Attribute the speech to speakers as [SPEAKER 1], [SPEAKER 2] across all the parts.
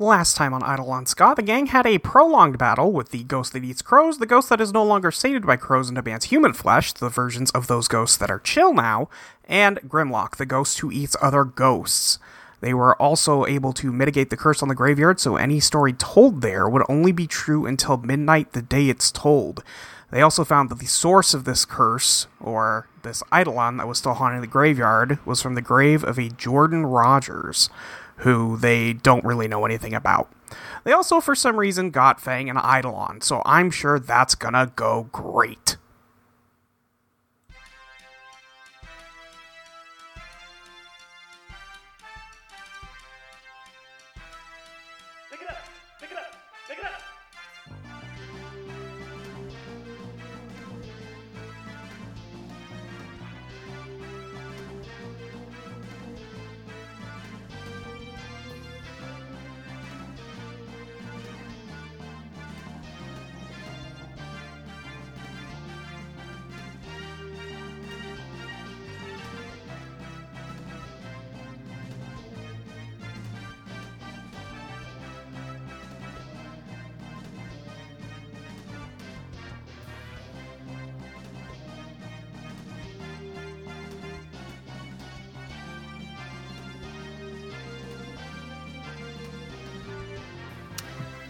[SPEAKER 1] Last time on Eidolon Ska, the gang had a prolonged battle with the ghost that eats crows, the ghost that is no longer sated by crows and demands human flesh, the versions of those ghosts that are chill now, and Grimlock, the ghost who eats other ghosts. They were also able to mitigate the curse on the graveyard, so any story told there would only be true until midnight the day it's told. They also found that the source of this curse, or this Eidolon that was still haunting the graveyard, was from the grave of a Jordan Rogers who they don't really know anything about. They also, for some reason, got Fang and Eidolon, so I'm sure that's gonna go great.
[SPEAKER 2] Pick it up! Pick it up! Pick it up!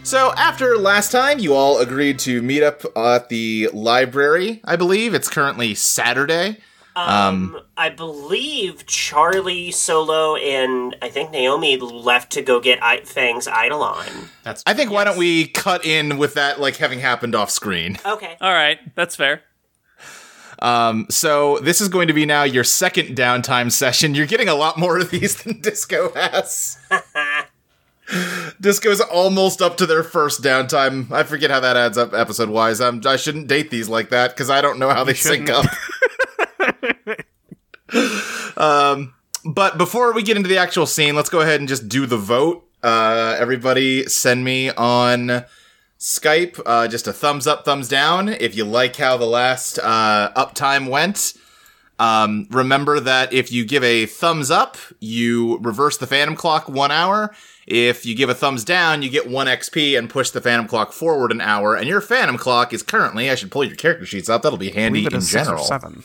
[SPEAKER 3] So after last time, you all agreed to meet up at the library. I believe it's currently Saturday.
[SPEAKER 4] Um, I believe Charlie, Solo, and I think Naomi left to go get I- Fang's Eidolon.
[SPEAKER 3] That's. I think why don't we cut in with that like having happened off screen.
[SPEAKER 4] Okay.
[SPEAKER 5] All right, that's fair.
[SPEAKER 3] Um, so this is going to be now your second downtime session. You're getting a lot more of these than Disco has. Disco's almost up to their first downtime. I forget how that adds up episode wise. I'm, I shouldn't date these like that because I don't know how they sync up. um, but before we get into the actual scene, let's go ahead and just do the vote. Uh, everybody, send me on Skype. Uh, just a thumbs up, thumbs down. If you like how the last uh, uptime went, um, remember that if you give a thumbs up, you reverse the Phantom Clock one hour. If you give a thumbs down, you get one XP and push the Phantom Clock forward an hour. And your Phantom Clock is currently, I should pull your character sheets up. That'll be handy
[SPEAKER 1] Leave it
[SPEAKER 3] in
[SPEAKER 1] as six or
[SPEAKER 3] general.
[SPEAKER 1] seven.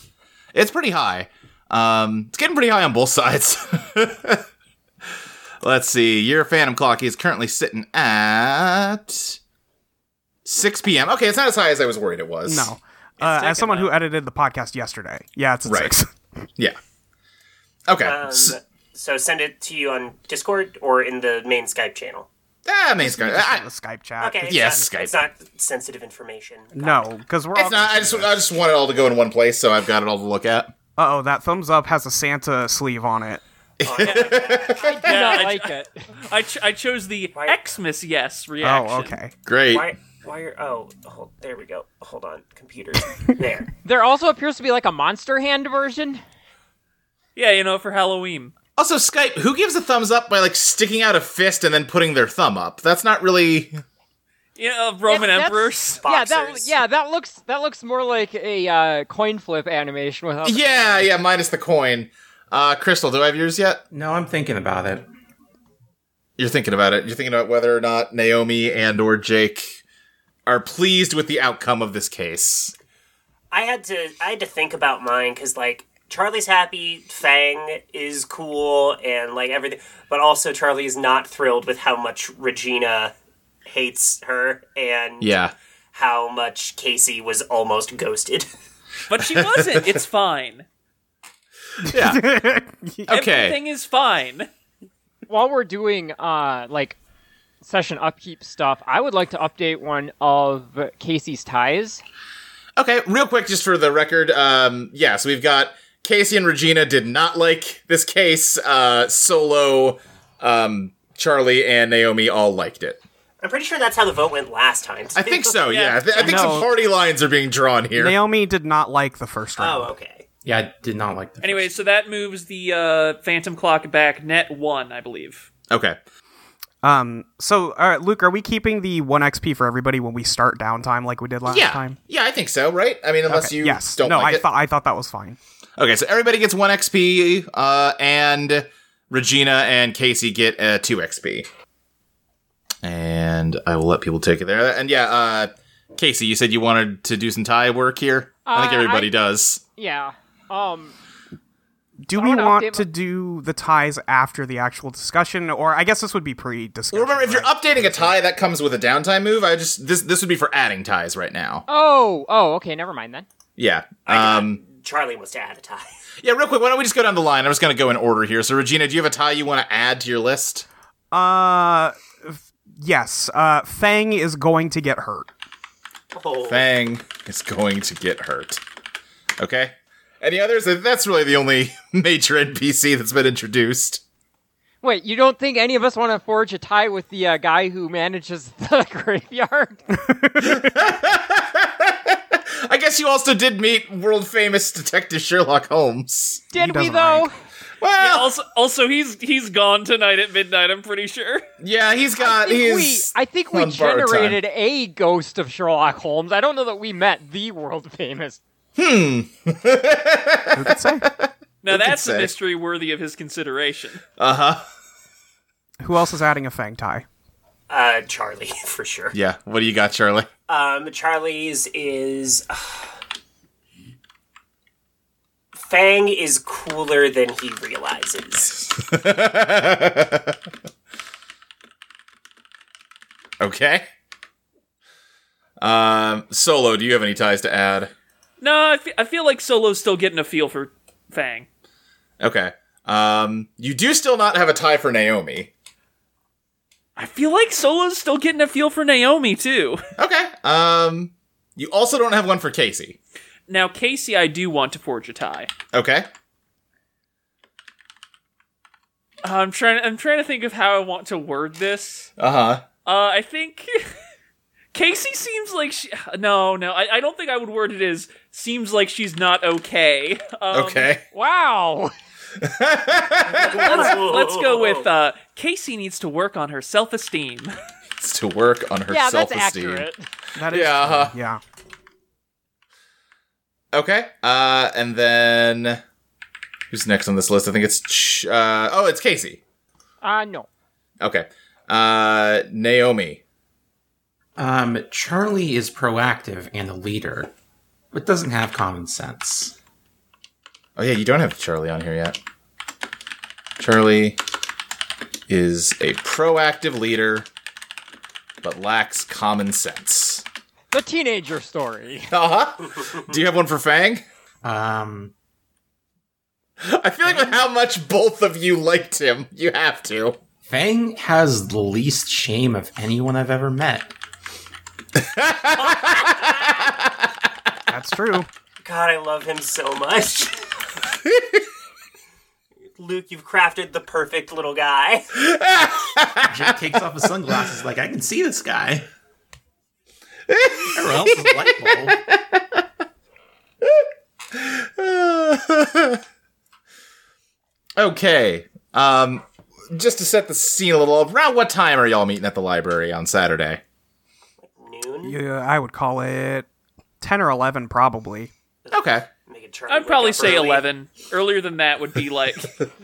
[SPEAKER 3] It's pretty high. Um, it's getting pretty high on both sides. Let's see. Your Phantom Clock is currently sitting at 6 p.m. Okay, it's not as high as I was worried it was.
[SPEAKER 1] No. Uh,
[SPEAKER 5] taken
[SPEAKER 1] as someone who
[SPEAKER 5] up.
[SPEAKER 1] edited the podcast yesterday, yeah, it's at
[SPEAKER 3] Right.
[SPEAKER 1] six.
[SPEAKER 3] Yeah. Okay.
[SPEAKER 4] Um,
[SPEAKER 3] S-
[SPEAKER 4] so send it to you on Discord or in the main Skype channel.
[SPEAKER 3] ah, Maze Guard.
[SPEAKER 1] Just
[SPEAKER 3] I-
[SPEAKER 1] in the Skype chat.
[SPEAKER 4] Okay. it's
[SPEAKER 3] Yes,
[SPEAKER 4] not-
[SPEAKER 3] Skype.
[SPEAKER 4] It's not sensitive information.
[SPEAKER 1] No, because we're all.
[SPEAKER 3] It's not. I just, I just want it all to go in one place, so I've got it all to look at.
[SPEAKER 1] oh, that thumbs up has a Santa sleeve on it.
[SPEAKER 6] I
[SPEAKER 5] Yeah, I,
[SPEAKER 6] like it.
[SPEAKER 5] I, ch- I chose the
[SPEAKER 4] Why-
[SPEAKER 5] Xmas yes reaction.
[SPEAKER 1] Oh, okay.
[SPEAKER 3] Great.
[SPEAKER 4] Why? Why are? Oh, hold, there we go. Hold on, computer. there.
[SPEAKER 6] There also appears to be like a monster hand version.
[SPEAKER 5] Yeah, you know, for Halloween.
[SPEAKER 3] Also, Skype. Who gives a thumbs up by like sticking out a fist and then putting their thumb up? That's not really.
[SPEAKER 5] Yeah, uh, Roman
[SPEAKER 6] That's-
[SPEAKER 5] emperors.
[SPEAKER 6] Yeah, that
[SPEAKER 4] Boxers.
[SPEAKER 6] yeah, that looks that looks more like a uh, coin flip animation without.
[SPEAKER 3] Yeah, yeah. Minus the coin. Uh, Crystal, do I have yours yet?
[SPEAKER 7] No, I'm thinking about it.
[SPEAKER 3] You're thinking about it. You're thinking about whether or not Naomi and or Jake are pleased with the outcome of this case.
[SPEAKER 4] I had to I had to think about mine because like Charlie's happy, Fang is cool, and like everything, but also Charlie's not thrilled with how much Regina hates her and
[SPEAKER 3] Yeah.
[SPEAKER 4] how much Casey was almost ghosted.
[SPEAKER 5] But she wasn't. It's fine.
[SPEAKER 3] Yeah. okay.
[SPEAKER 5] Everything is fine.
[SPEAKER 6] While we're doing uh like session upkeep stuff, I would like to update one of Casey's ties.
[SPEAKER 3] Okay. Real quick, just for the record. Um, yeah. So we've got Casey and Regina did not like this case. Uh, solo, um, Charlie and Naomi all liked it.
[SPEAKER 4] I'm pretty sure that's how the vote went last time.
[SPEAKER 3] I think so. Yeah. I, thi- I think
[SPEAKER 1] No.
[SPEAKER 3] some party lines are being drawn here.
[SPEAKER 1] Naomi did not like the first round.
[SPEAKER 4] oh, okay.
[SPEAKER 7] Yeah, I did not like the
[SPEAKER 5] Anyway, so that moves the uh, Phantom Clock back net one, I believe.
[SPEAKER 3] okay.
[SPEAKER 1] Um. So, all right, Luke, are we keeping the one XP for everybody when we start downtime like we did last
[SPEAKER 3] Yeah.
[SPEAKER 1] time?
[SPEAKER 3] Yeah, I think so. Right. I mean, unless
[SPEAKER 1] Okay,
[SPEAKER 3] you
[SPEAKER 1] yes.
[SPEAKER 3] don't
[SPEAKER 1] no,
[SPEAKER 3] like
[SPEAKER 1] I
[SPEAKER 3] it.
[SPEAKER 1] thought I thought that was fine.
[SPEAKER 3] Okay, so everybody gets one XP, uh, and Regina and Casey get uh, two XP. and I will let people take it there. And yeah, uh, Casey, you said you wanted to do some tie work here. I think
[SPEAKER 6] Uh,
[SPEAKER 3] everybody
[SPEAKER 6] I-
[SPEAKER 3] does.
[SPEAKER 6] Yeah. Um.
[SPEAKER 1] Do
[SPEAKER 6] I
[SPEAKER 1] we
[SPEAKER 6] wanna
[SPEAKER 1] want
[SPEAKER 6] update
[SPEAKER 1] to
[SPEAKER 6] my-
[SPEAKER 1] do the ties after the actual discussion, or I guess this would be pre-discussion?
[SPEAKER 3] Well, remember, if you're
[SPEAKER 1] right?
[SPEAKER 3] updating a tie, that comes with a downtime move. I just this this would be for adding ties right now.
[SPEAKER 6] Oh. Oh. Okay. Never mind then.
[SPEAKER 3] Yeah. Um.
[SPEAKER 4] Charlie wants to add a tie.
[SPEAKER 3] Yeah. Real quick, why don't we just go down the line? I'm just going to go in order here. So, Regina, do you have a tie you want to add to your list?
[SPEAKER 1] uh, f- yes, uh, Fang is going to get hurt.
[SPEAKER 4] Oh,
[SPEAKER 3] Fang is going to get hurt. Okay. Any others? That's really the only major NPC that's been introduced.
[SPEAKER 6] Wait, you don't think any of us want to forge a tie with the uh, guy who manages the graveyard?
[SPEAKER 3] I guess you also did meet world famous Detective Sherlock Holmes.
[SPEAKER 6] Did we
[SPEAKER 1] doesn't
[SPEAKER 6] though?
[SPEAKER 1] like-
[SPEAKER 3] Well,
[SPEAKER 5] Also, also, he's he's gone tonight at midnight. I'm pretty sure.
[SPEAKER 3] yeah, he's got.
[SPEAKER 6] I think we,
[SPEAKER 3] he's.
[SPEAKER 6] I think we
[SPEAKER 3] on borrowed time.
[SPEAKER 6] generated a ghost of Sherlock Holmes. I don't know that we met the world famous.
[SPEAKER 1] Who could say?
[SPEAKER 5] Now that's a
[SPEAKER 3] say?
[SPEAKER 5] mystery worthy of his consideration.
[SPEAKER 1] Who else is adding a Fang tie?
[SPEAKER 4] uh, Charlie for sure.
[SPEAKER 3] yeah, what do you got, Charlie?
[SPEAKER 4] Um, Charlie's is Fang is cooler than he realizes.
[SPEAKER 3] Okay. Um, Solo, do you have any ties to add?
[SPEAKER 5] No, I fe- I feel like Solo's still getting a feel for Fang.
[SPEAKER 3] Okay. Um, you do still not have a tie for Naomi.
[SPEAKER 5] I feel like Solo's still getting a feel for Naomi too.
[SPEAKER 3] Okay. Um, you also don't have one for Casey.
[SPEAKER 5] Now, Casey, I do want to forge a tie.
[SPEAKER 3] Okay.
[SPEAKER 5] Uh, I'm trying. I'm trying to think of how I want to word this.
[SPEAKER 3] Uh huh.
[SPEAKER 5] Uh, I think Casey seems like she. No, no, I, I don't think I would word it as seems like she's not okay. Um,
[SPEAKER 3] Okay.
[SPEAKER 6] Wow.
[SPEAKER 5] Let's, let's go with uh, Casey needs to work on her self esteem.
[SPEAKER 3] It's to work on her
[SPEAKER 6] yeah, that's
[SPEAKER 3] self-esteem.
[SPEAKER 6] accurate.
[SPEAKER 1] That is,
[SPEAKER 3] Yeah,
[SPEAKER 1] true,
[SPEAKER 3] uh-huh.
[SPEAKER 1] yeah.
[SPEAKER 3] Okay. Uh, and then who's next on this list? I think it's Ch- uh, oh, it's Casey.
[SPEAKER 6] Uh no.
[SPEAKER 3] Okay. Uh, Naomi.
[SPEAKER 7] Um, Charlie is proactive and a leader, but doesn't have common sense.
[SPEAKER 3] Oh yeah, you don't have Charlie on here yet. Charlie is a proactive leader, but lacks common sense.
[SPEAKER 6] The teenager story.
[SPEAKER 3] Uh huh. Do you have one for Fang?
[SPEAKER 7] Um,
[SPEAKER 3] I feel like with how much both of you liked him, you have to.
[SPEAKER 7] Fang has the least shame of anyone I've ever met.
[SPEAKER 1] That's true.
[SPEAKER 4] God, I love him so much. Luke, you've crafted the perfect little guy.
[SPEAKER 7] Jack takes off his sunglasses, like I can see this guy. Everyone else is a light bulb.
[SPEAKER 3] okay. Um, just to set the scene a little, around what time are y'all meeting at the library on Saturday?
[SPEAKER 4] Noon.
[SPEAKER 1] Yeah, I would call it ten or eleven, probably.
[SPEAKER 3] Okay.
[SPEAKER 4] Making Charlie
[SPEAKER 5] I'd
[SPEAKER 4] wake
[SPEAKER 5] probably
[SPEAKER 4] up
[SPEAKER 5] say
[SPEAKER 4] early.
[SPEAKER 5] eleven. Earlier than that would be like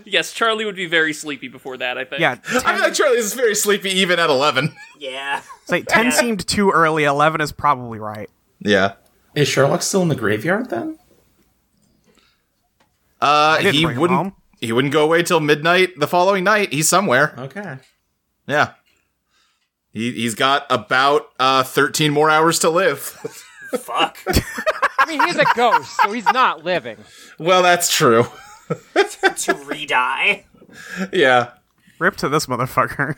[SPEAKER 5] yes, Charlie would be very sleepy before that. I think.
[SPEAKER 1] Yeah,
[SPEAKER 3] I feel like Charlie is very sleepy even at 11.
[SPEAKER 4] Yeah.
[SPEAKER 1] say ten seemed too early. Eleven is probably right.
[SPEAKER 3] Yeah.
[SPEAKER 7] Is Sherlock still in the graveyard then?
[SPEAKER 3] Uh,
[SPEAKER 1] didn't
[SPEAKER 3] he
[SPEAKER 1] bring him
[SPEAKER 3] wouldn't.
[SPEAKER 1] home.
[SPEAKER 3] He wouldn't go away till midnight the following night. He's somewhere.
[SPEAKER 7] Okay.
[SPEAKER 3] Yeah. He, he's got about uh, 13 more hours to live.
[SPEAKER 4] Fuck.
[SPEAKER 6] I mean, he's a ghost, so he's not living.
[SPEAKER 3] well, that's true.
[SPEAKER 4] to re-die.
[SPEAKER 3] yeah.
[SPEAKER 1] Rip to this motherfucker.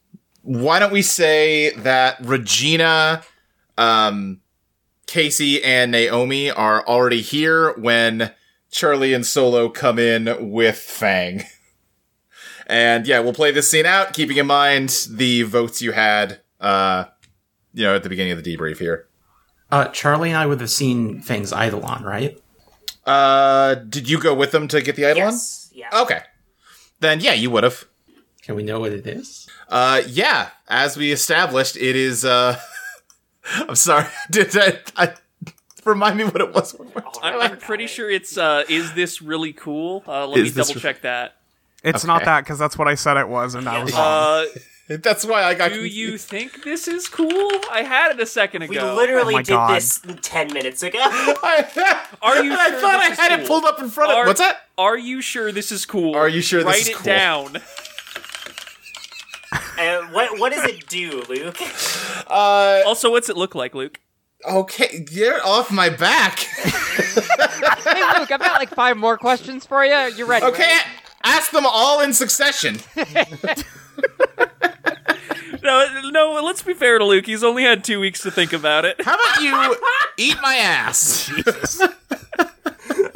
[SPEAKER 3] why don't we say that Regina, um, Casey, and Naomi are already here when Charlie and Solo come in with Fang. And yeah, we'll play this scene out, keeping in mind the votes you had, uh, you know, at the beginning of the debrief here.
[SPEAKER 7] Uh, Charlie and I would have seen Fang's Eidolon, right?
[SPEAKER 3] Uh, did you go with them to get the idol
[SPEAKER 4] Yes. Yeah.
[SPEAKER 1] Oh,
[SPEAKER 3] on? Okay. Then yeah, you would have.
[SPEAKER 7] Can we know what it is?
[SPEAKER 3] Uh, yeah, as we established, it is. Uh, I'm sorry. Did I, I remind me what it was?
[SPEAKER 5] I'm, I'm pretty sure it's uh, is this really cool? Uh, let
[SPEAKER 3] Is
[SPEAKER 5] me
[SPEAKER 3] this
[SPEAKER 5] double check that.
[SPEAKER 1] It's not
[SPEAKER 3] Okay.
[SPEAKER 1] that because that's what I said it was, and I was wrong.
[SPEAKER 5] Uh,
[SPEAKER 3] That's why I got.
[SPEAKER 5] Do you think this is cool? I had it a second
[SPEAKER 4] We
[SPEAKER 5] ago.
[SPEAKER 4] literally
[SPEAKER 1] Oh my
[SPEAKER 4] did
[SPEAKER 1] God.
[SPEAKER 4] this ten minutes ago.
[SPEAKER 3] I,
[SPEAKER 5] Are you
[SPEAKER 3] And I
[SPEAKER 5] sure
[SPEAKER 3] thought I
[SPEAKER 5] this is
[SPEAKER 3] had it
[SPEAKER 5] cool?
[SPEAKER 3] pulled up in front of.
[SPEAKER 5] Are,
[SPEAKER 3] What's that?
[SPEAKER 5] Are you sure this is cool?
[SPEAKER 3] Are you sure this
[SPEAKER 5] Write
[SPEAKER 3] is
[SPEAKER 5] it
[SPEAKER 3] cool?
[SPEAKER 5] down.
[SPEAKER 4] uh, what what does it do, Luke?
[SPEAKER 3] Uh,
[SPEAKER 5] Also, what's it look like, Luke?
[SPEAKER 3] okay, you're off my back.
[SPEAKER 6] Hey, Luke, I've got like five more questions for you. You ready?
[SPEAKER 3] Okay, ask them all in succession.
[SPEAKER 5] No, no. Let's be fair to Luke. He's only had two weeks to think about it.
[SPEAKER 3] How about you eat my ass?
[SPEAKER 6] You
[SPEAKER 1] Starting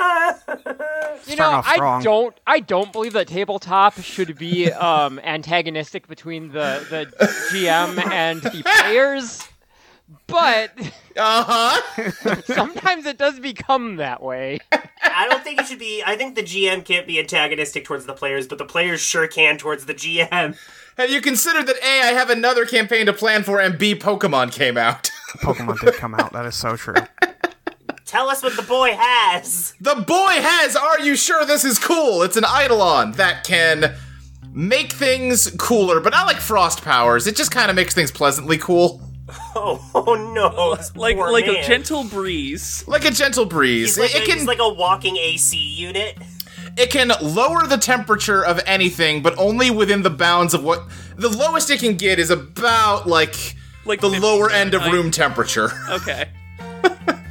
[SPEAKER 6] know,
[SPEAKER 1] off
[SPEAKER 6] I
[SPEAKER 1] strong.
[SPEAKER 6] don't, I don't believe that tabletop should be um, antagonistic between the the GM and the players, but
[SPEAKER 3] Uh huh.
[SPEAKER 6] sometimes it does become that way.
[SPEAKER 4] I don't think it should be. I think the GM can't be antagonistic towards the players, but the players sure can towards the GM.
[SPEAKER 3] Have you considered that A, I have another campaign to plan for, and B, Pokemon came out?
[SPEAKER 1] Pokemon did come out. That is so true.
[SPEAKER 4] Tell us what the boy has.
[SPEAKER 3] The boy has Are You Sure This Is Cool? It's an Eidolon that can make things cooler, but not like frost powers. It just kind of makes things pleasantly cool.
[SPEAKER 4] Oh, oh no! this
[SPEAKER 5] Like
[SPEAKER 4] poor
[SPEAKER 5] like a
[SPEAKER 4] man.
[SPEAKER 5] gentle breeze.
[SPEAKER 3] Like a gentle breeze.
[SPEAKER 4] He's like,
[SPEAKER 3] it,
[SPEAKER 4] a,
[SPEAKER 3] it can
[SPEAKER 4] he's like a walking AC unit.
[SPEAKER 3] it can lower the temperature of anything, but only within the bounds of what the lowest it can get is about like
[SPEAKER 5] Like
[SPEAKER 3] the
[SPEAKER 5] 50
[SPEAKER 3] lower end of
[SPEAKER 5] Fahrenheit.
[SPEAKER 3] room temperature.
[SPEAKER 5] Okay.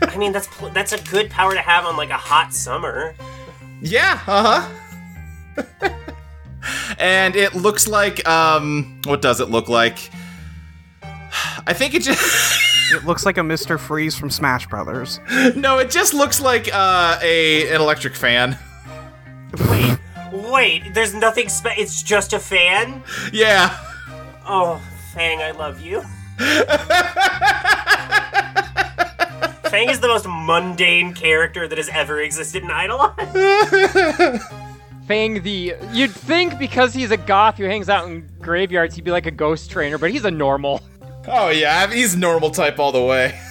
[SPEAKER 4] I mean, that's pl- that's a good power to have on like a hot summer.
[SPEAKER 3] Yeah, uh huh. and it looks like, um, what does it look like? I think it just,
[SPEAKER 1] It looks like a Mr. Freeze from Smash Brothers.
[SPEAKER 3] no, it just looks like, uh, a, an electric fan.
[SPEAKER 4] Wait, wait. There's nothing. Spe- it's just a fan.
[SPEAKER 3] Yeah.
[SPEAKER 4] Oh, Fang, I love you. Fang is the most mundane character that has ever existed in Eidolon.
[SPEAKER 6] Fang the, you'd think because he's a goth who hangs out in graveyards, he'd be like a ghost trainer, but he's a normal.
[SPEAKER 3] Oh, yeah, he's normal type all the way.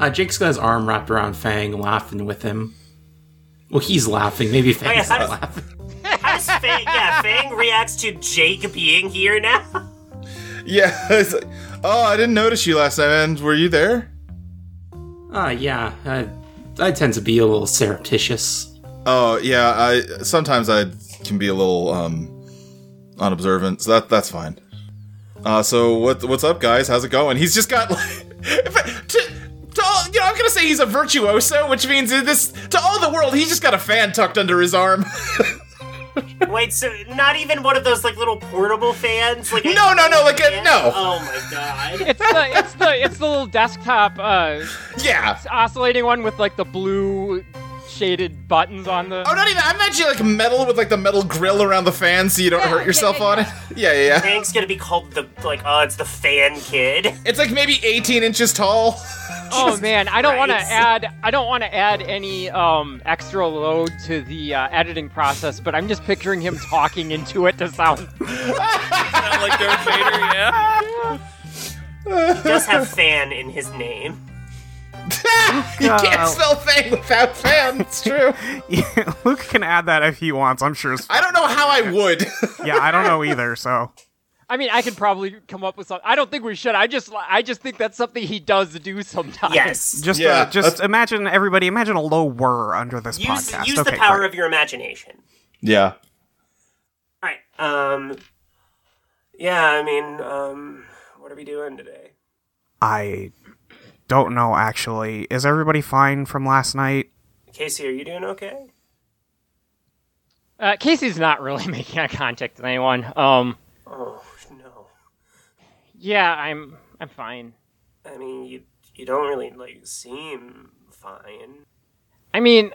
[SPEAKER 7] Uh, Jake's got his arm wrapped around Fang, laughing with him. Well, he's laughing. Maybe Fang's
[SPEAKER 4] how
[SPEAKER 7] not
[SPEAKER 4] does-
[SPEAKER 7] laughing.
[SPEAKER 4] How does Fang? Yeah, Fang reacts to Jake being here now.
[SPEAKER 3] Yeah. It's like, oh, I didn't notice you last time, and were you there?
[SPEAKER 7] Uh, yeah. I, I tend to be a little surreptitious.
[SPEAKER 3] Oh, yeah, I, sometimes I can be a little, um, unobservant, so that, that's fine. Uh, so what, what's up, guys? How's it going? He's just got, like, if I- to, to all, you know, I'm gonna say he's a virtuoso, which means in this, to all the world, he's just got a fan tucked under his arm.
[SPEAKER 4] Wait, so not even one of those like little portable fans? Like a-
[SPEAKER 3] No, no, no, like a- no.
[SPEAKER 4] Oh my god.
[SPEAKER 6] It's the, it's the, it's the little desktop uh,
[SPEAKER 3] yeah.
[SPEAKER 6] oscillating one with like the blue shaded buttons on the.
[SPEAKER 3] Oh, not even, I imagine, like, metal with, like, the metal grill around the fan so you don't hurt yourself on it. Yeah, yeah, yeah.
[SPEAKER 4] Fang's gonna be called the like oh it's the fan kid.
[SPEAKER 3] It's like maybe 18 inches tall.
[SPEAKER 6] Oh man, I don't want to
[SPEAKER 4] Christ.
[SPEAKER 6] add I don't want to add any um, extra load to the uh, editing process, but I'm just picturing him talking into it to sound.
[SPEAKER 5] Not like Darth Vader. Yeah.
[SPEAKER 4] He does have fan in his name.
[SPEAKER 3] you can't spell fang without fan. It's true.
[SPEAKER 1] Yeah, Luke can add that if he wants. I'm sure. as-
[SPEAKER 3] I don't know how I would.
[SPEAKER 1] Yeah, I don't know either. So
[SPEAKER 6] I mean, I could probably come up with something. I don't think we should. I just I just think that's something he does do sometimes.
[SPEAKER 4] Yes.
[SPEAKER 1] just
[SPEAKER 3] Yeah,
[SPEAKER 1] uh, just
[SPEAKER 3] that's-
[SPEAKER 1] imagine everybody. Imagine a low whir under this
[SPEAKER 4] Use
[SPEAKER 1] podcast.
[SPEAKER 4] use
[SPEAKER 1] okay,
[SPEAKER 4] the power
[SPEAKER 1] great.
[SPEAKER 4] of your imagination.
[SPEAKER 3] yeah.
[SPEAKER 4] All right. Um. Yeah, I mean, um, what are we doing today?
[SPEAKER 1] I don't know. Actually, is everybody fine from last night?
[SPEAKER 4] Casey, are you doing okay?
[SPEAKER 6] Uh, Casey's not really making eye contact with anyone. Um,
[SPEAKER 4] Oh no.
[SPEAKER 6] yeah, I'm I'm fine.
[SPEAKER 4] I mean, you you don't really like seem fine.
[SPEAKER 6] I mean,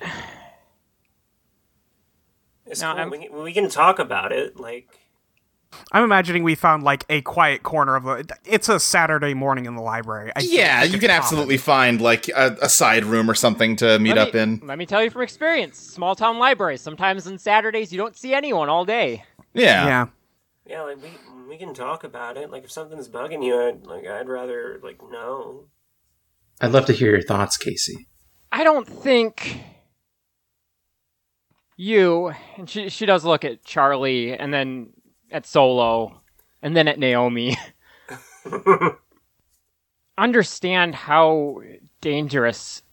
[SPEAKER 4] It's
[SPEAKER 6] No,
[SPEAKER 4] cool.
[SPEAKER 6] I'm-
[SPEAKER 4] We, can- we can talk about it. Like,
[SPEAKER 1] I'm imagining we found like a quiet corner of the. It's a Saturday morning in the library. I
[SPEAKER 3] Yeah,
[SPEAKER 1] think
[SPEAKER 3] you
[SPEAKER 1] it's common.
[SPEAKER 3] can absolutely find like a, a side room or something to meet
[SPEAKER 6] let
[SPEAKER 3] up
[SPEAKER 6] me-
[SPEAKER 3] in.
[SPEAKER 6] Let me tell you from experience. Small town libraries. Sometimes on Saturdays you don't see anyone all day.
[SPEAKER 3] Yeah.
[SPEAKER 1] Yeah.
[SPEAKER 4] yeah, like we we can talk about it. Like, if something's bugging you, I'd, like I'd rather like no.
[SPEAKER 7] I'd love to hear your thoughts, Casey.
[SPEAKER 6] I don't think you and she she does look at Charlie and then at Solo and then at Naomi. Understand how dangerous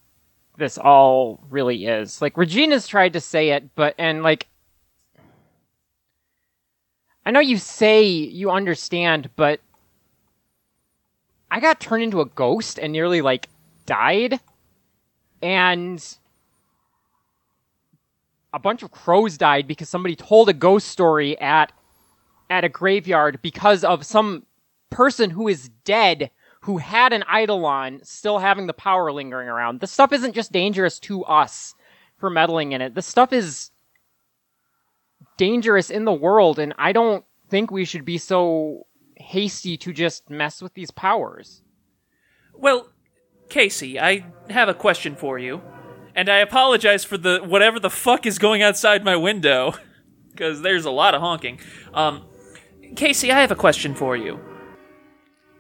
[SPEAKER 6] this all really is. Like Regina's tried to say it, but and like I know you say you understand, but I got turned into a ghost and nearly like died. And a bunch of crows died because somebody told a ghost story at at a graveyard because of some person who is dead who had an eidolon still having the power lingering around. This stuff isn't just dangerous to us for meddling in it. This stuff is dangerous in the world, and I don't think we should be so hasty to just mess with these powers.
[SPEAKER 5] Well, Casey, I have a question for you. And I apologize for the whatever the fuck is going outside my window because there's a lot of honking. Um Casey, I have a question for you.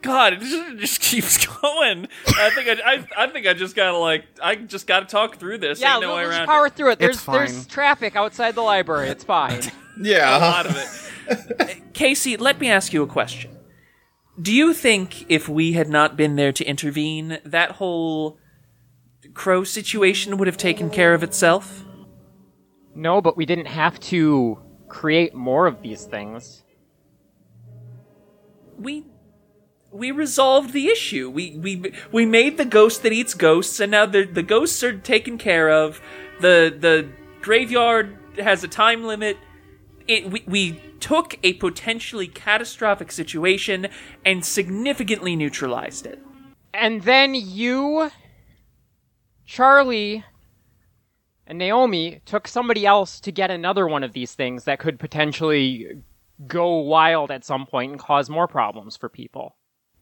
[SPEAKER 5] God, it just, it just keeps going. I think I, I, I think I just gotta like I just gotta talk through this.
[SPEAKER 6] Yeah,
[SPEAKER 5] Ain't no
[SPEAKER 6] we'll
[SPEAKER 5] way
[SPEAKER 6] just
[SPEAKER 5] around
[SPEAKER 6] power through it. There's
[SPEAKER 1] It's
[SPEAKER 6] there's
[SPEAKER 1] fine.
[SPEAKER 6] traffic outside the library. It's fine.
[SPEAKER 3] Yeah. uh-huh.
[SPEAKER 5] a lot of it. Casey, let me ask you a question. Do you think if we had not been there to intervene, that whole crow situation would have taken care of itself?
[SPEAKER 6] no, but we didn't have to create more of these things.
[SPEAKER 5] We we resolved the issue. We we we made the ghost that eats ghosts, and now the the ghosts are taken care of. The the graveyard has a time limit. It we, we took a potentially catastrophic situation and significantly neutralized it.
[SPEAKER 6] And then you, Charlie, and Naomi took somebody else to get another one of these things that could potentially go wild at some point and cause more problems for people.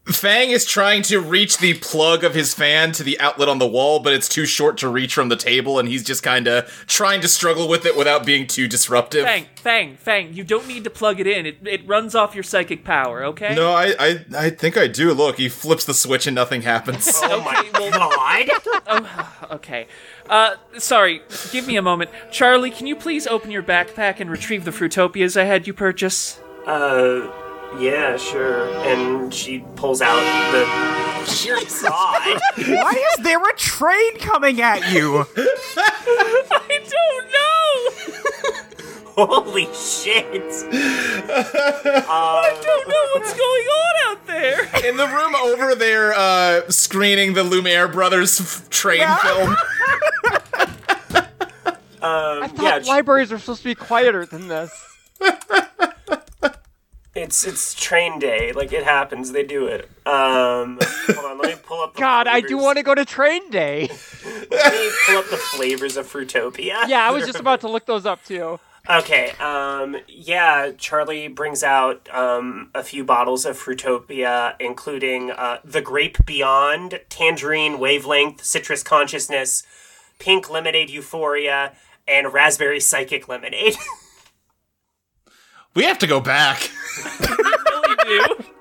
[SPEAKER 3] Fang is trying to reach the plug of his fan to the outlet on the wall, but it's too short to reach from the table, and he's just kind of trying to struggle with it without being too disruptive.
[SPEAKER 5] Fang, Fang, Fang, you don't need to plug it in. It, it runs off your psychic power, okay?
[SPEAKER 3] No, I, I, I think I do. Look, he flips the switch and nothing happens.
[SPEAKER 4] Oh my god!
[SPEAKER 5] Okay. Uh, sorry, give me a moment. Charlie, can you please open your backpack and retrieve the Fruitopias I had you purchase?
[SPEAKER 4] Uh, yeah, sure. And she pulls out the. Dear God!
[SPEAKER 1] Why is there a train coming at you?
[SPEAKER 5] I don't know!
[SPEAKER 4] Holy shit!
[SPEAKER 5] I don't know what's going on out there!
[SPEAKER 3] In the room over there, uh, screening the Lumiere Brothers f- train film.
[SPEAKER 4] Um,
[SPEAKER 6] I thought
[SPEAKER 4] yeah, ch-
[SPEAKER 6] libraries were supposed to be quieter than this.
[SPEAKER 4] it's it's train day. Like it happens. They do it. Um, hold on. Let me pull up. The
[SPEAKER 6] God, I do
[SPEAKER 4] flavors-
[SPEAKER 6] want to go to train day.
[SPEAKER 4] Let me pull up the flavors of Fruitopia.
[SPEAKER 6] Yeah, I was just about to look those up too.
[SPEAKER 4] Okay. Um. Yeah. Charlie brings out um a few bottles of Fruitopia, including uh the Grape Beyond, Tangerine Wavelength, Citrus Consciousness, Pink Lemonade Euphoria, and Raspberry Psychic Lemonade.
[SPEAKER 3] We have to go back.
[SPEAKER 5] Really do.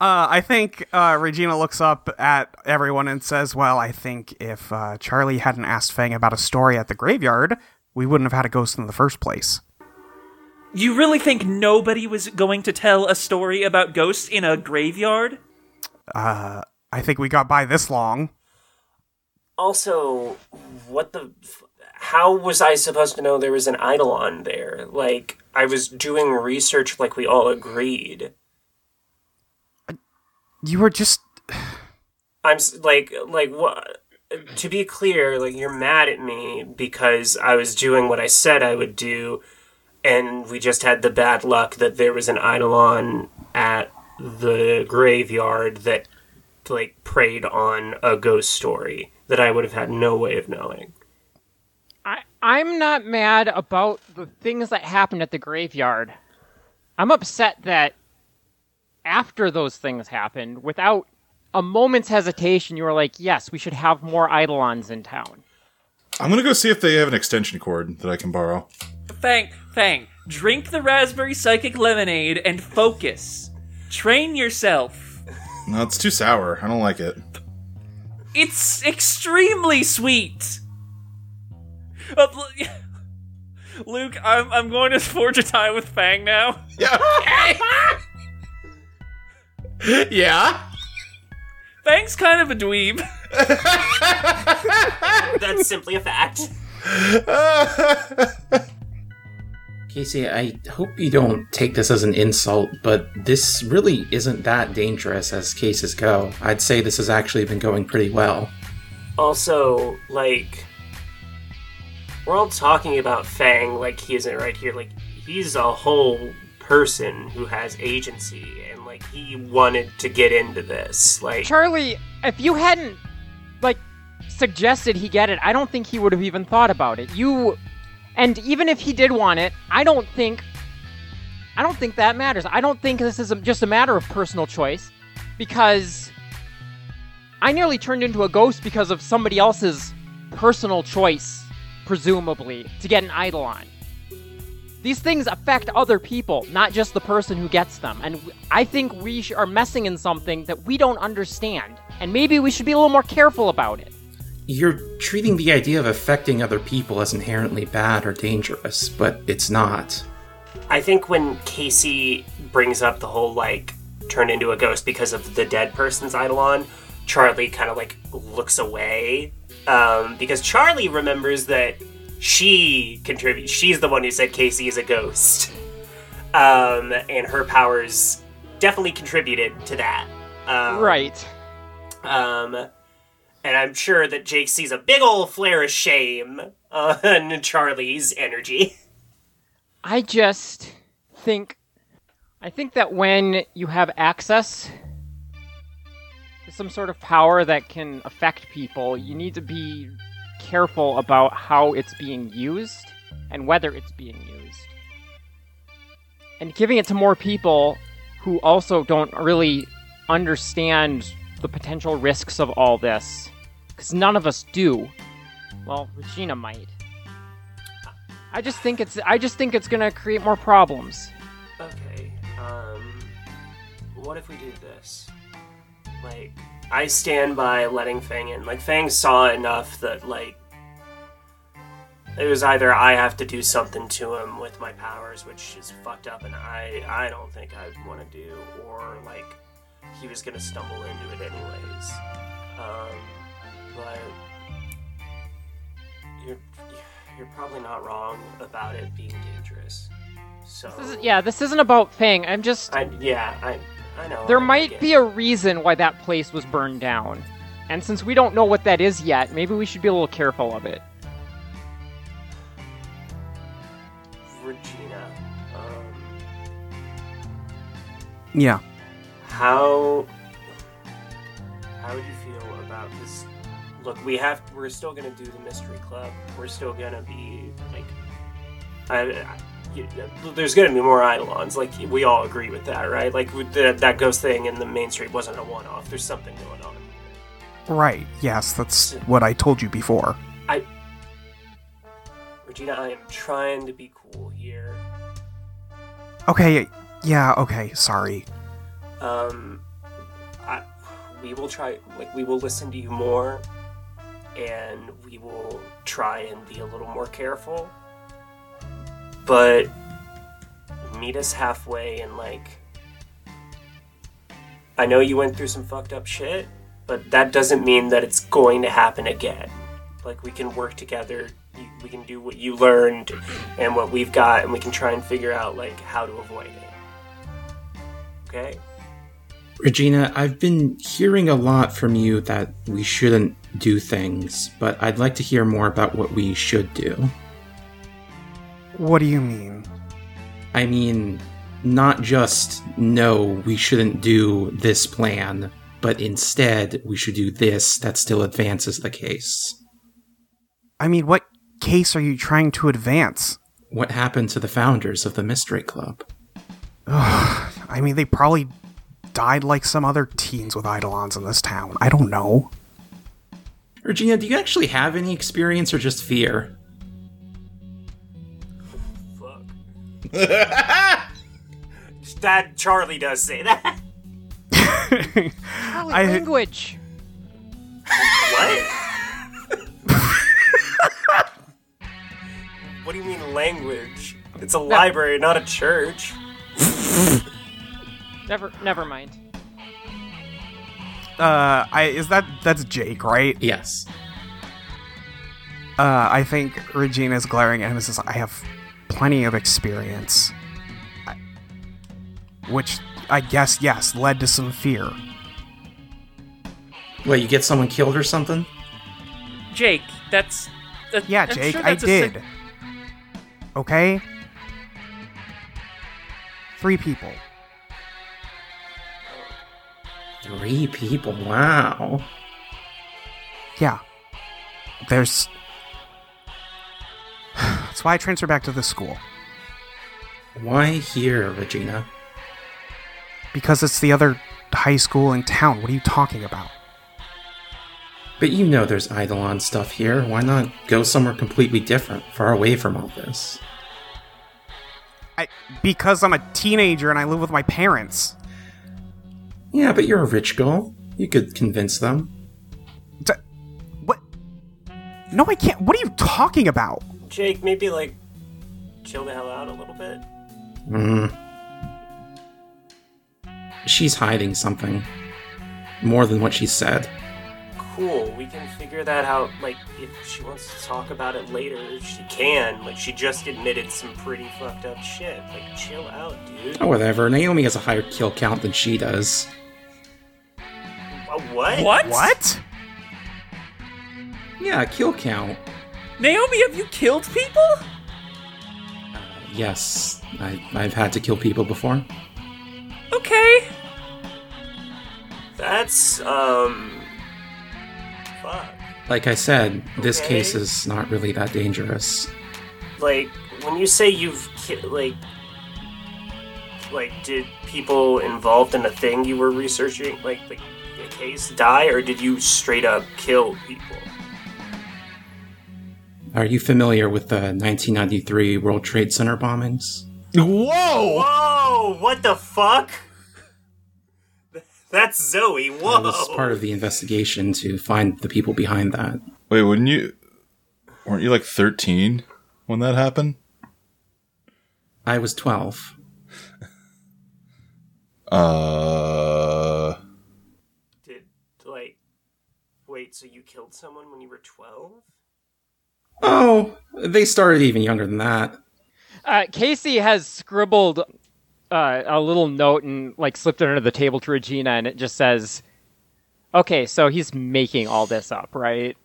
[SPEAKER 1] Uh, I think uh, Regina looks up at everyone and says, Well, I think if uh, Charlie hadn't asked Fang about a story at the graveyard, we wouldn't have had a ghost in the first place.
[SPEAKER 5] You really think nobody was going to tell a story about ghosts in a graveyard?
[SPEAKER 1] I think we got by this long.
[SPEAKER 4] also, what the? F- how was I supposed to know there was an Eidolon there? Like I was doing research, like we all agreed.
[SPEAKER 1] You were just.
[SPEAKER 4] I'm s- like like what to be clear, like you're mad at me because I was doing what I said I would do and we just had the bad luck that there was an eidolon at the graveyard that like preyed on a ghost story that I would have had no way of knowing.
[SPEAKER 6] I, I'm not mad about the things that happened at the graveyard. I'm upset that after those things happened, without a moment's hesitation, you were like, yes, we should have more Eidolons in town.
[SPEAKER 3] I'm gonna go see if they have an extension cord that I can borrow.
[SPEAKER 5] Fang, Fang, drink the raspberry psychic lemonade and focus. Train yourself.
[SPEAKER 3] No, it's too sour. I don't like it.
[SPEAKER 5] It's extremely sweet. Uh, Lu- Luke, I'm, I'm going to forge a tie with Fang now.
[SPEAKER 3] Yeah. yeah.
[SPEAKER 5] Fang's kind of a dweeb.
[SPEAKER 4] That's simply a fact.
[SPEAKER 7] Casey, I hope you don't take this as an insult, but this really isn't that dangerous as cases go. I'd say this has actually been going pretty well.
[SPEAKER 4] Also, like, we're all talking about Fang like he isn't right here. Like, he's a whole person who has agency, and like, he wanted to get into this. Like,
[SPEAKER 6] Charlie, if you hadn't like suggested he get it, I don't think he would have even thought about it. You and even if he did want it, I don't think I don't think that matters. I don't think this is a, just a matter of personal choice because I nearly turned into a ghost because of somebody else's personal choice presumably to get an idol on. These things affect other people, not just the person who gets them. And w- I think we sh- are messing in something that we don't understand. And maybe we should be a little more careful about it.
[SPEAKER 7] You're treating the idea of affecting other people as inherently bad or dangerous, but it's not.
[SPEAKER 4] I think when Casey brings up the whole like turn into a ghost because of the dead person's eidolon, Charlie kind of like looks away um, because Charlie remembers that she contributes. She's the one who said Casey is a ghost, um, and her powers definitely contributed to that. Um,
[SPEAKER 6] Right.
[SPEAKER 4] um, and I'm sure that Jake sees a big old flare of shame on Charlie's energy.
[SPEAKER 6] I just think I think that when you have access to some sort of power that can affect people, you need to be careful about how it's being used and whether it's being used. And giving it to more people who also don't really understand the potential risks of all this cuz none of us do. Well, Regina might. I just think it's I just think it's gonna create more problems.
[SPEAKER 4] Okay. Um, what if we do this? Like, I stand by letting Fang in. Like, Fang saw enough that, like, it was either I have to do something to him with my powers, which is fucked up, and I I don't think I want to do, or like he was gonna stumble into it anyways. Um, but you're you're probably not wrong about it being dangerous. So
[SPEAKER 6] This is, yeah, this isn't about Fang. I'm just.
[SPEAKER 4] I, yeah, I, I know.
[SPEAKER 6] there
[SPEAKER 4] I
[SPEAKER 6] might
[SPEAKER 4] get
[SPEAKER 6] be
[SPEAKER 4] it.
[SPEAKER 6] a reason why that place was burned down. And since we don't know what that is yet, maybe we should be a little careful of it.
[SPEAKER 4] Regina. Um,
[SPEAKER 1] Yeah.
[SPEAKER 4] how how would you feel about this? Look, we have. We're still gonna do the mystery club. We're still gonna be like. I, I, you- uh, there's gonna be more eidolons. Like we all agree with that, right? Like with the, that ghost thing in the main street wasn't a one-off. There's something going on.
[SPEAKER 1] Right. Yes, that's what I told you before.
[SPEAKER 4] Regina, I am trying to be cool here.
[SPEAKER 1] Okay. Yeah, okay. Sorry.
[SPEAKER 4] um, I, we will try like we will listen to you more and we will try and be a little more careful but meet us halfway and like i know you went through some fucked up shit but that doesn't mean that it's going to happen again like we can work together you- we can do what you learned and what we've got and we can try and figure out like how to avoid it okay
[SPEAKER 7] Regina, I've been hearing a lot from you that we shouldn't do things, but I'd like to hear more about what we should do.
[SPEAKER 1] What do you mean?
[SPEAKER 7] I mean, not just no, we shouldn't do this plan, but instead we should do this that still advances the case.
[SPEAKER 1] I mean, what case are you trying to advance?
[SPEAKER 7] What happened to the founders of the Mystery Club?
[SPEAKER 1] I mean, they probably died like some other teens with eidolons in this town. I don't know.
[SPEAKER 7] Regina, do you actually have any experience or just fear?
[SPEAKER 4] Fuck. that Charlie does say that.
[SPEAKER 6] Charlie,
[SPEAKER 1] I-
[SPEAKER 6] language!
[SPEAKER 4] What? what do you mean language? It's a library, not a church.
[SPEAKER 6] Never, never mind.
[SPEAKER 1] uh, I is that that's Jake, right?
[SPEAKER 7] Yes.
[SPEAKER 1] Uh, I think Regina's glaring at him and says, "I have plenty of experience," I- which I guess yes led to some fear.
[SPEAKER 7] What, you get someone killed or something?
[SPEAKER 5] Jake, that's. that-
[SPEAKER 1] Yeah,
[SPEAKER 5] I'm sure
[SPEAKER 1] Jake, I
[SPEAKER 5] that's a sig-
[SPEAKER 1] did. Okay? Three people.
[SPEAKER 7] Three people. Wow.
[SPEAKER 1] Yeah. There's. That's why I transferred back to this school.
[SPEAKER 7] Why here, Regina?
[SPEAKER 1] Because it's the other high school in town. What are you talking about?
[SPEAKER 7] But you know there's Eidolon stuff here. Why not go somewhere completely different, far away from all this?
[SPEAKER 1] I, because I'm a teenager and I live with my parents.
[SPEAKER 7] Yeah, but you're a rich girl. You could convince them.
[SPEAKER 1] D- what? No, I can't. What are you talking about?
[SPEAKER 4] Jake, maybe like chill the hell out a little bit.
[SPEAKER 7] Hmm. She's hiding something. More than what she said.
[SPEAKER 4] Cool, we can figure that out. Like, if she wants to talk about it later, she can. Like, she just admitted some pretty fucked up shit. Like, chill out, dude.
[SPEAKER 7] Oh, whatever. Naomi has a higher kill count than she does.
[SPEAKER 4] Wha- Uh, What?
[SPEAKER 5] What?
[SPEAKER 1] What?
[SPEAKER 7] Yeah, kill count.
[SPEAKER 5] Naomi, have you killed people?
[SPEAKER 7] Yes, I, I've had to kill people before.
[SPEAKER 5] Okay.
[SPEAKER 4] That's, um. Fuck.
[SPEAKER 7] Like I said, this
[SPEAKER 4] Okay.
[SPEAKER 7] case is not really that dangerous.
[SPEAKER 4] Like, when you say you've. Ki- like. Like, did people involved in the thing you were researching, like, the, the case, die, or did you straight up kill people?
[SPEAKER 7] Are you familiar with the 1993 World Trade Center bombings?
[SPEAKER 3] Whoa!
[SPEAKER 7] Oh.
[SPEAKER 4] Whoa! What the fuck? That's Zoe. Whoa!
[SPEAKER 7] That was part of the investigation to find the people behind that.
[SPEAKER 3] Wait, wouldn't you? Weren't you like 13 when that happened?
[SPEAKER 7] I was 12.
[SPEAKER 3] Uh.
[SPEAKER 4] Did like wait? So you killed someone when you were twelve?
[SPEAKER 7] Oh, they started even younger than that.
[SPEAKER 6] Uh, Casey has scribbled uh, a little note and like slipped it under the table to Regina, and it just says, "Okay, so he's making all this up, right?"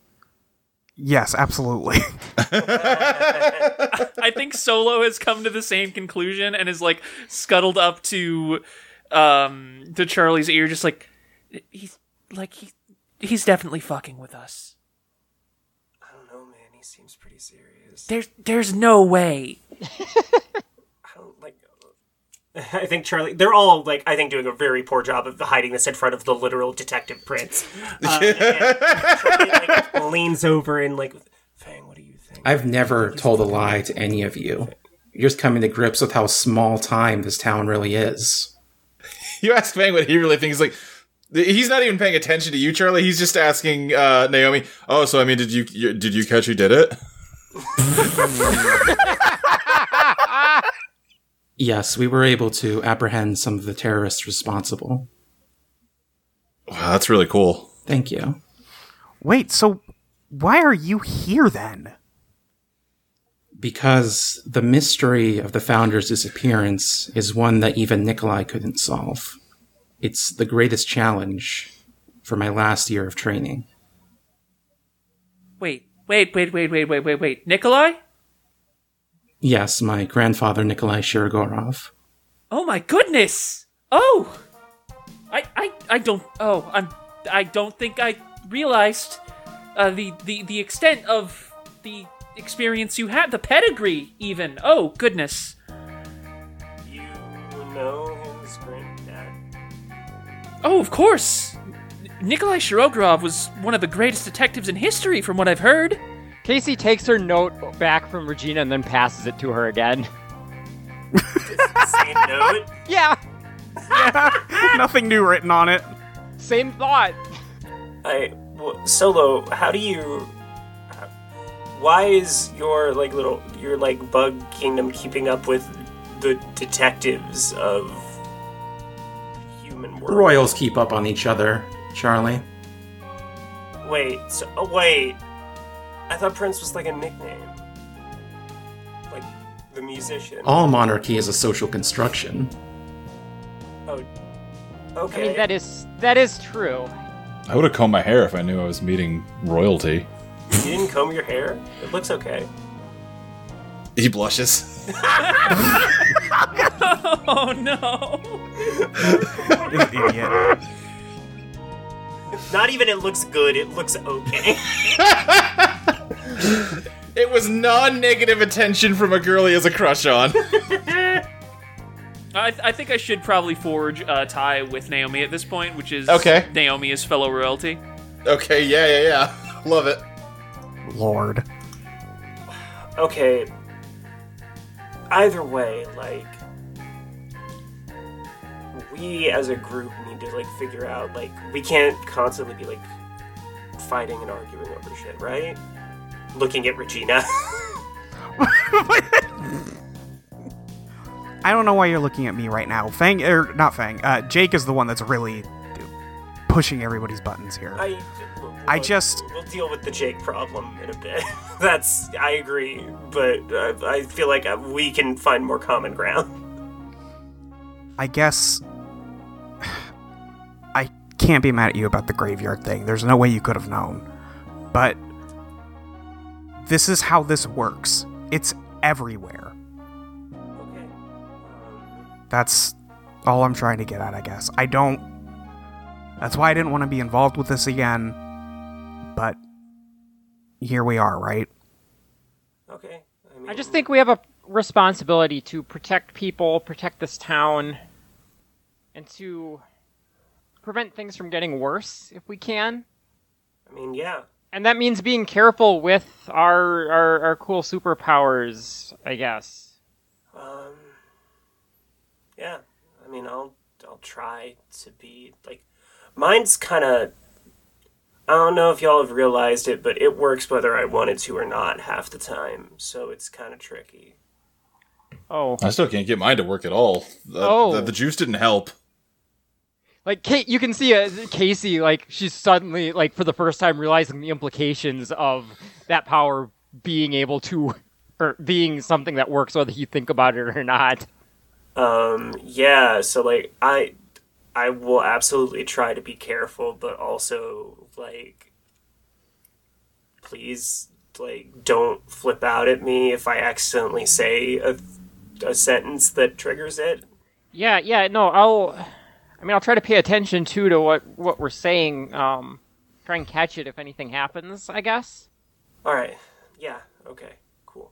[SPEAKER 1] Yes, absolutely.
[SPEAKER 5] I think Solo has come to the same conclusion and is like scuttled up to um to Charlie's ear just like he's like he he's definitely fucking with us.
[SPEAKER 4] I don't know, man. He seems pretty serious.
[SPEAKER 5] There's there's no way.
[SPEAKER 4] I don't like. I think Charlie. They're all like. I think doing a very poor job of hiding this in front of the literal detective prince. Uh, and Charlie like, leans over and like, Fang, what do you think?
[SPEAKER 7] I've never told a lie to any of you. You're just coming to grips with how small time this town really is.
[SPEAKER 3] You ask Fang what he really thinks. Like, th- he's not even paying attention to you, Charlie. He's just asking uh, Naomi. Oh, so I mean, did you, you did you catch who did it?
[SPEAKER 7] Yes, we were able to apprehend some of the terrorists responsible.
[SPEAKER 3] Wow, that's really cool.
[SPEAKER 7] Thank you.
[SPEAKER 1] Wait, so why are you here then?
[SPEAKER 7] Because the mystery of the founder's disappearance is one that even Nikolai couldn't solve. It's the greatest challenge for my last year of training.
[SPEAKER 5] Wait, wait, wait, wait, wait, wait, wait, wait. Nikolai?
[SPEAKER 7] Yes, my grandfather Nikolai Shirogorov.
[SPEAKER 5] Oh my goodness. Oh. I I I don't oh, I'm I don't think I realized uh the the the extent of the experience you had, the pedigree even. Oh, goodness.
[SPEAKER 4] you know his granddad?
[SPEAKER 5] Oh, of course. N- Nikolai Shirogrov was one of the greatest detectives in history, from what I've heard.
[SPEAKER 6] Casey takes her note back from Regina and then passes it to her again.
[SPEAKER 4] Same note.
[SPEAKER 6] yeah,
[SPEAKER 1] Nothing new written on it.
[SPEAKER 6] same thought.
[SPEAKER 4] I well, solo. How do you? Why is your like little your like bug kingdom keeping up with the detectives of human world?
[SPEAKER 7] The royals keep up on each other. Charlie?
[SPEAKER 4] Wait, so, oh, wait. I thought Prince was like a nickname. Like the musician.
[SPEAKER 7] All monarchy is a social construction.
[SPEAKER 4] Oh. Okay.
[SPEAKER 6] I mean, that is that is true.
[SPEAKER 8] I would have combed my hair if I knew I was meeting royalty.
[SPEAKER 4] You didn't comb your hair? It looks okay.
[SPEAKER 3] He blushes.
[SPEAKER 5] Oh no!
[SPEAKER 1] He's an idiot.
[SPEAKER 4] Not even it looks good, it looks okay.
[SPEAKER 3] It was non-negative attention from a girl he has a crush on.
[SPEAKER 5] I, I think I should probably forge a tie with Naomi at this point, which is
[SPEAKER 3] Okay.
[SPEAKER 5] Naomi is fellow royalty.
[SPEAKER 3] okay, yeah, yeah, yeah. Love it.
[SPEAKER 1] Lord.
[SPEAKER 4] okay. Either way, like we as a group need to like figure out like we can't constantly be like fighting and arguing over shit, right? Looking at Regina.
[SPEAKER 1] I don't know why you're looking at me right now. Fang, er, not Fang. Uh, Jake is the one that's really pushing everybody's buttons here.
[SPEAKER 4] I
[SPEAKER 1] I just-
[SPEAKER 4] we'll deal with the Jake problem in a bit. That's I agree, but I, I feel like uh, we can find more common ground.
[SPEAKER 1] I guess I can't be mad at you about the graveyard thing. There's no way you could have known. But this is how this works. It's everywhere.
[SPEAKER 4] Okay.
[SPEAKER 1] That's all I'm trying to get at, I guess. I don't That's why I didn't want to be involved with this again. But here we are, right?
[SPEAKER 4] Okay. mean,
[SPEAKER 6] I just think we have a responsibility to protect people, protect this town, and to prevent things from getting worse if we can.
[SPEAKER 4] I mean, yeah.
[SPEAKER 6] And that means being careful with our our, our cool superpowers, I guess.
[SPEAKER 4] Um, yeah, I mean, I'll I'll try to be like mine's kind of. I don't know if y'all have realized it, but it works whether I wanted to or not half the time, so it's kind of tricky.
[SPEAKER 6] Oh,
[SPEAKER 8] I still can't get mine to work at all. The,
[SPEAKER 6] Oh.
[SPEAKER 8] the, the juice didn't help.
[SPEAKER 6] like Kate, you can see uh, Casey like she's suddenly like for the first time realizing the implications of that power being able to or being something that works whether you think about it or not.
[SPEAKER 4] Um, yeah, so like I I will absolutely try to be careful, but also like please like don't flip out at me if I accidentally say a a sentence that triggers it.
[SPEAKER 6] Yeah, yeah, no, I'll. I mean, I'll try to pay attention too to what what we're saying. Um, try and catch it if anything happens. I guess.
[SPEAKER 4] All right. Yeah. Okay. Cool.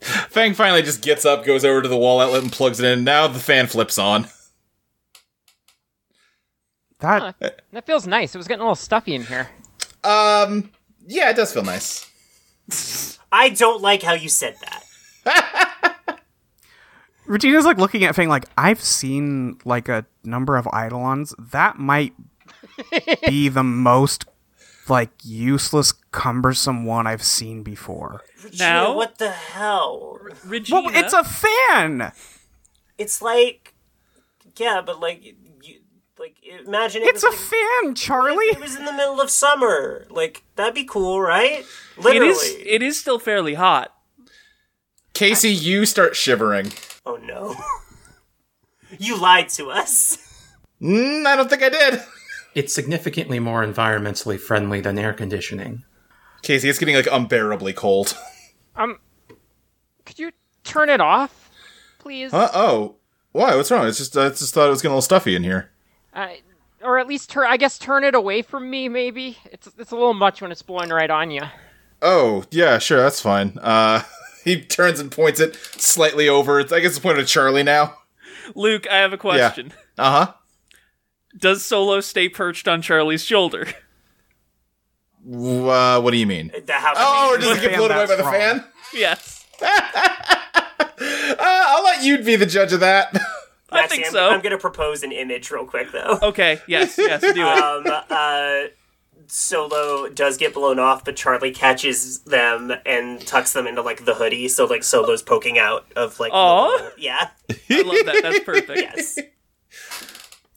[SPEAKER 3] Fang finally just gets up, goes over to the wall outlet, and plugs it in. Now the fan flips on.
[SPEAKER 1] That
[SPEAKER 6] That feels nice. It was getting a little stuffy in here.
[SPEAKER 3] Um, yeah, it does feel nice.
[SPEAKER 4] I don't like how you said that.
[SPEAKER 1] Regina's like looking at Fang like I've seen like a number of Eidolons. That might be the most like useless, cumbersome one I've seen before.
[SPEAKER 5] Now?
[SPEAKER 4] Gina, what the hell?
[SPEAKER 5] Regina,
[SPEAKER 1] Well, it's a fan.
[SPEAKER 4] It's like yeah, but like you like imagine it
[SPEAKER 1] It's
[SPEAKER 4] was
[SPEAKER 1] a
[SPEAKER 4] like-
[SPEAKER 1] fan,
[SPEAKER 4] It
[SPEAKER 1] Charlie.
[SPEAKER 4] was in the middle of summer. Like that'd be cool, right?
[SPEAKER 5] it
[SPEAKER 4] Literally.
[SPEAKER 5] is it is still fairly hot.
[SPEAKER 3] Casey, you start shivering.
[SPEAKER 4] oh no. you lied to us.
[SPEAKER 3] Mm, I don't think I did.
[SPEAKER 7] It's significantly more environmentally friendly than air conditioning.
[SPEAKER 3] Casey, it's getting like unbearably cold.
[SPEAKER 6] Um, could you turn it off, please?
[SPEAKER 3] Uh oh. Why? What's wrong? It's just I just thought it was getting a little stuffy in here.
[SPEAKER 6] I- or at least turn. I guess turn it away from me. Maybe it's it's a little much when it's blowing right on you.
[SPEAKER 3] Oh yeah, sure, that's fine. Uh, he turns and points it slightly over. It's, I guess it's pointed at Charlie now.
[SPEAKER 5] Luke, I have a question.
[SPEAKER 3] Uh huh.
[SPEAKER 5] Does Solo stay perched on Charlie's shoulder?
[SPEAKER 3] Uh, what do you mean?
[SPEAKER 4] The house.
[SPEAKER 3] Oh, or does
[SPEAKER 1] The
[SPEAKER 3] it get
[SPEAKER 1] fan
[SPEAKER 3] blown away
[SPEAKER 1] that's
[SPEAKER 3] by the
[SPEAKER 1] wrong.
[SPEAKER 3] fan?
[SPEAKER 5] yes,
[SPEAKER 3] Uh, I'll let you be the judge of that.
[SPEAKER 5] I
[SPEAKER 4] Maxie,
[SPEAKER 5] think
[SPEAKER 4] I'm-
[SPEAKER 5] so.
[SPEAKER 4] I'm gonna propose an image real quick though.
[SPEAKER 5] Okay, yes, yes, do it.
[SPEAKER 4] um, uh, Solo does get blown off, but Charlie catches them and tucks them into like the hoodie, so like Solo's poking out of like. the
[SPEAKER 5] Aw.
[SPEAKER 4] little- yeah.
[SPEAKER 5] I love that. That's perfect.
[SPEAKER 4] Yes.